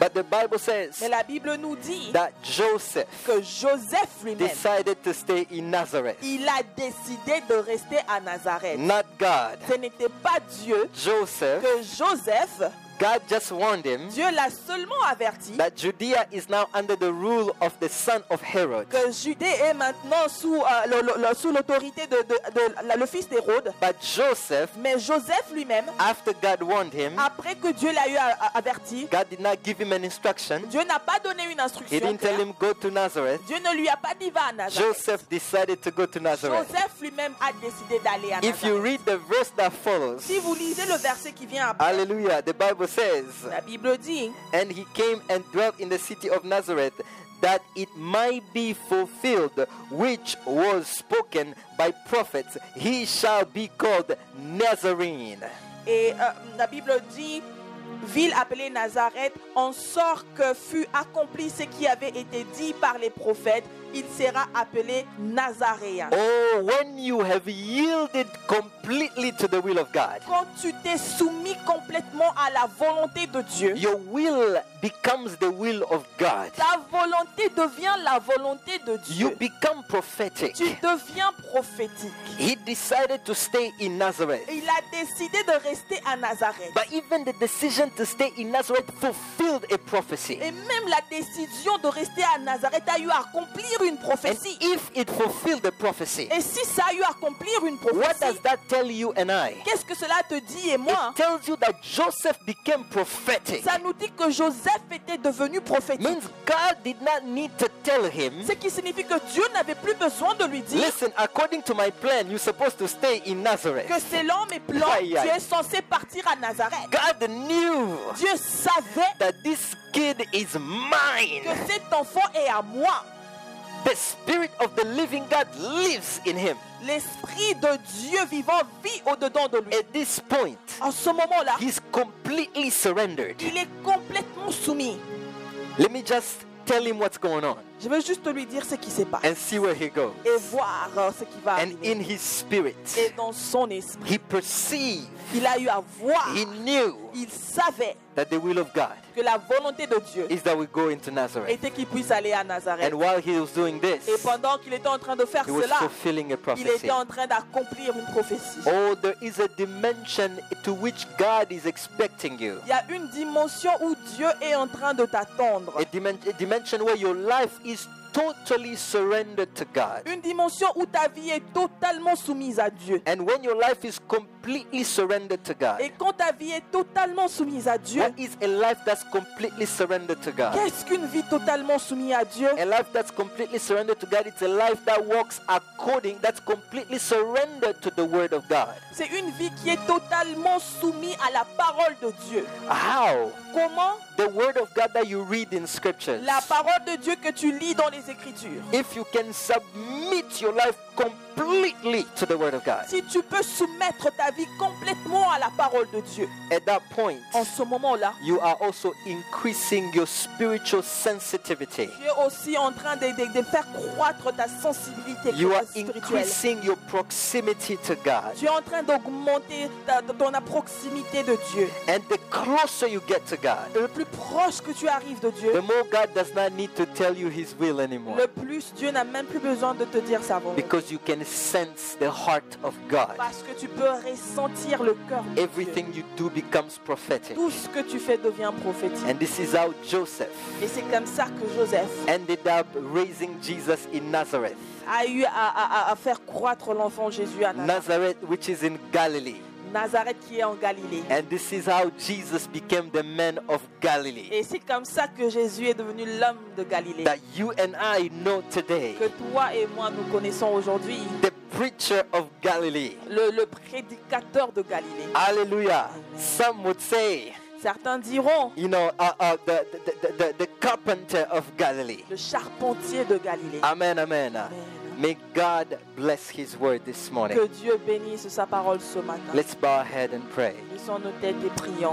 S2: But the Bible says
S1: Mais la Bible nous dit
S2: that Joseph
S1: que Joseph lui-même,
S2: decided to stay in Nazareth,
S1: il a décidé de rester à Nazareth.
S2: not God.
S1: Ce n'était pas Dieu
S2: Joseph
S1: que Joseph
S2: God just warned him
S1: Dieu l'a seulement averti
S2: that Judea is now under the rule of the son of Herod.
S1: que Judée est maintenant sous euh, le- le- le- sous l'autorité de, de- de la- le fils d'Hérode.
S2: But Joseph,
S1: Mais Joseph lui-même,
S2: after God warned him,
S1: après que Dieu l'a eu a- a- averti,
S2: God did not give him an instruction.
S1: Dieu n'a pas donné une
S2: He
S1: instruction.
S2: didn't tell
S1: claire.
S2: him go to Nazareth.
S1: Dieu ne lui a pas dit va à Nazareth.
S2: Joseph decided to go to Nazareth.
S1: Joseph lui-même a décidé d'aller à
S2: If you
S1: Nazareth.
S2: read the verse that follows,
S1: Si vous lisez le verset qui vient après,
S2: hallelujah, the Bible says,
S1: la Bible dit
S2: And he came and dwelt in the city of Nazareth, that it might be fulfilled which was spoken by prophets. He shall be called Nazarene.
S1: Et euh, la Bible dit, ville appelée Nazareth, en sorte que fut accompli ce qui avait été dit par les prophètes, il sera appelé Nazaréen.
S2: Oh, when you have yielded completely to the will of God,
S1: Quand tu t'es soumis complètement à la volonté de Dieu,
S2: your will becomes the will of God.
S1: ta volonté devient la volonté de
S2: You
S1: Dieu.
S2: become prophetic.
S1: Tu deviens prophétique.
S2: He decided to stay in Nazareth.
S1: Il a décidé de rester à Nazareth.
S2: But even the decision to stay in Nazareth fulfilled a prophecy.
S1: Et même la décision de rester à Nazareth a eu à accomplir une
S2: And
S1: prophétie.
S2: if it fulfilled the prophecy,
S1: Et si ça a eu à accomplir une
S2: What
S1: prophétie,
S2: does that tell you and I?
S1: Qu'est-ce que cela te dit et moi
S2: It tells you that Joseph became prophetic.
S1: Ça nous dit que Joseph était devenu prophétique.
S2: Means God did not need to tell him.
S1: Ce qui signifie que Dieu n'avait plus besoin de lui dire
S2: Listen, according to my plan, you're supposed to stay in
S1: que
S2: Nazareth.
S1: selon mes plans,
S2: Aïe, aïe.
S1: tu es censé partir à Nazareth.
S2: God knew
S1: Dieu savait
S2: that this kid is mine.
S1: que cet enfant est à moi.
S2: The spirit of the living God lives in him.
S1: L'esprit de Dieu vivant vit au-dedans de lui.
S2: At this point,
S1: En ce moment-là,
S2: he's completely surrendered.
S1: il est complètement soumis.
S2: Let me just tell him what's going on
S1: Je veux juste lui dire ce qui se passe
S2: and see where he goes.
S1: et voir euh, ce qui va
S2: And in
S1: arriver.
S2: his spirit,
S1: Et dans son esprit,
S2: he perceived
S1: il a eu à voir,
S2: He knew
S1: il savait
S2: that the will of God
S1: que la volonté de Dieu
S2: is that we go into Nazareth.
S1: était qu'il puisse aller à Nazareth.
S2: And while he was doing this,
S1: Et pendant qu'il était en train de faire
S2: he was
S1: cela,
S2: fulfilling a
S1: il
S2: prophecy.
S1: était en train d'accomplir une prophétie.
S2: Oh, there is a dimension to which God is expecting you.
S1: Il y a une dimension où Dieu est en train de t'attendre.
S2: A, dimen- a dimension where your life is totally surrendered to God.
S1: Une dimension où ta vie est totalement soumise à Dieu.
S2: And when your life is completely surrendered to God,
S1: Et quand ta vie est totalement soumise à Dieu,
S2: what is a life that's completely surrendered to God?
S1: qu'est-ce qu'une vie totalement soumise à Dieu
S2: A life that's completely surrendered to God, it's a life that walks according, that's completely surrendered to the Word of God.
S1: C'est une vie qui est totalement soumise à la parole de Dieu.
S2: How?
S1: Comment
S2: the word of God that you read in scriptures.
S1: La parole de Dieu que tu lis dans les Écritures.
S2: If you can submit your life completely to the word of God,
S1: Si tu peux soumettre ta vie complètement à la parole de Dieu,
S2: at that point,
S1: en ce moment-là,
S2: you are also increasing your spiritual sensitivity.
S1: Tu es aussi en train de, de- de faire croître ta sensibilité
S2: You are
S1: spirituelle.
S2: increasing your proximity to God.
S1: Tu es en train d'augmenter ta- ton proximité de Dieu.
S2: And the closer you get to God,
S1: Le plus proche que tu arrives de Dieu,
S2: the more God does not need to tell you his will
S1: le
S2: anymore.
S1: plus Dieu n'a même plus besoin de te dire sa volonté.
S2: Because you can sense the heart of God.
S1: Parce que tu peux ressentir le cœur de Dieu.
S2: Everything you do becomes prophetic.
S1: Tout ce que tu fais devient prophétique.
S2: And this is how Joseph
S1: Et c'est comme ça que Joseph
S2: ended up raising Jesus in Nazareth.
S1: a eu à, à- à- à faire croître l'enfant Jésus à Nazareth.
S2: Nazareth, which is in Galilee.
S1: Nazareth qui est en Galilée.
S2: And this is how Jesus became the man of Galilee
S1: Et c'est comme ça que Jésus est devenu l'homme de Galilée.
S2: that you and I know today.
S1: que toi et moi nous connaissons aujourd'hui,
S2: The preacher of Galilee.
S1: le, le prédicateur de Galilée.
S2: Hallelujah. Some would say,
S1: Certains diront
S2: you know, uh, uh, the, the, the, the, the carpenter of Galilee.
S1: le charpentier de Galilée.
S2: Amen, amen.
S1: Amen.
S2: May God bless his word this morning.
S1: Que Dieu bénisse sa parole ce matin.
S2: Let's bow our head and pray.
S1: Laissons nos têtes et prions.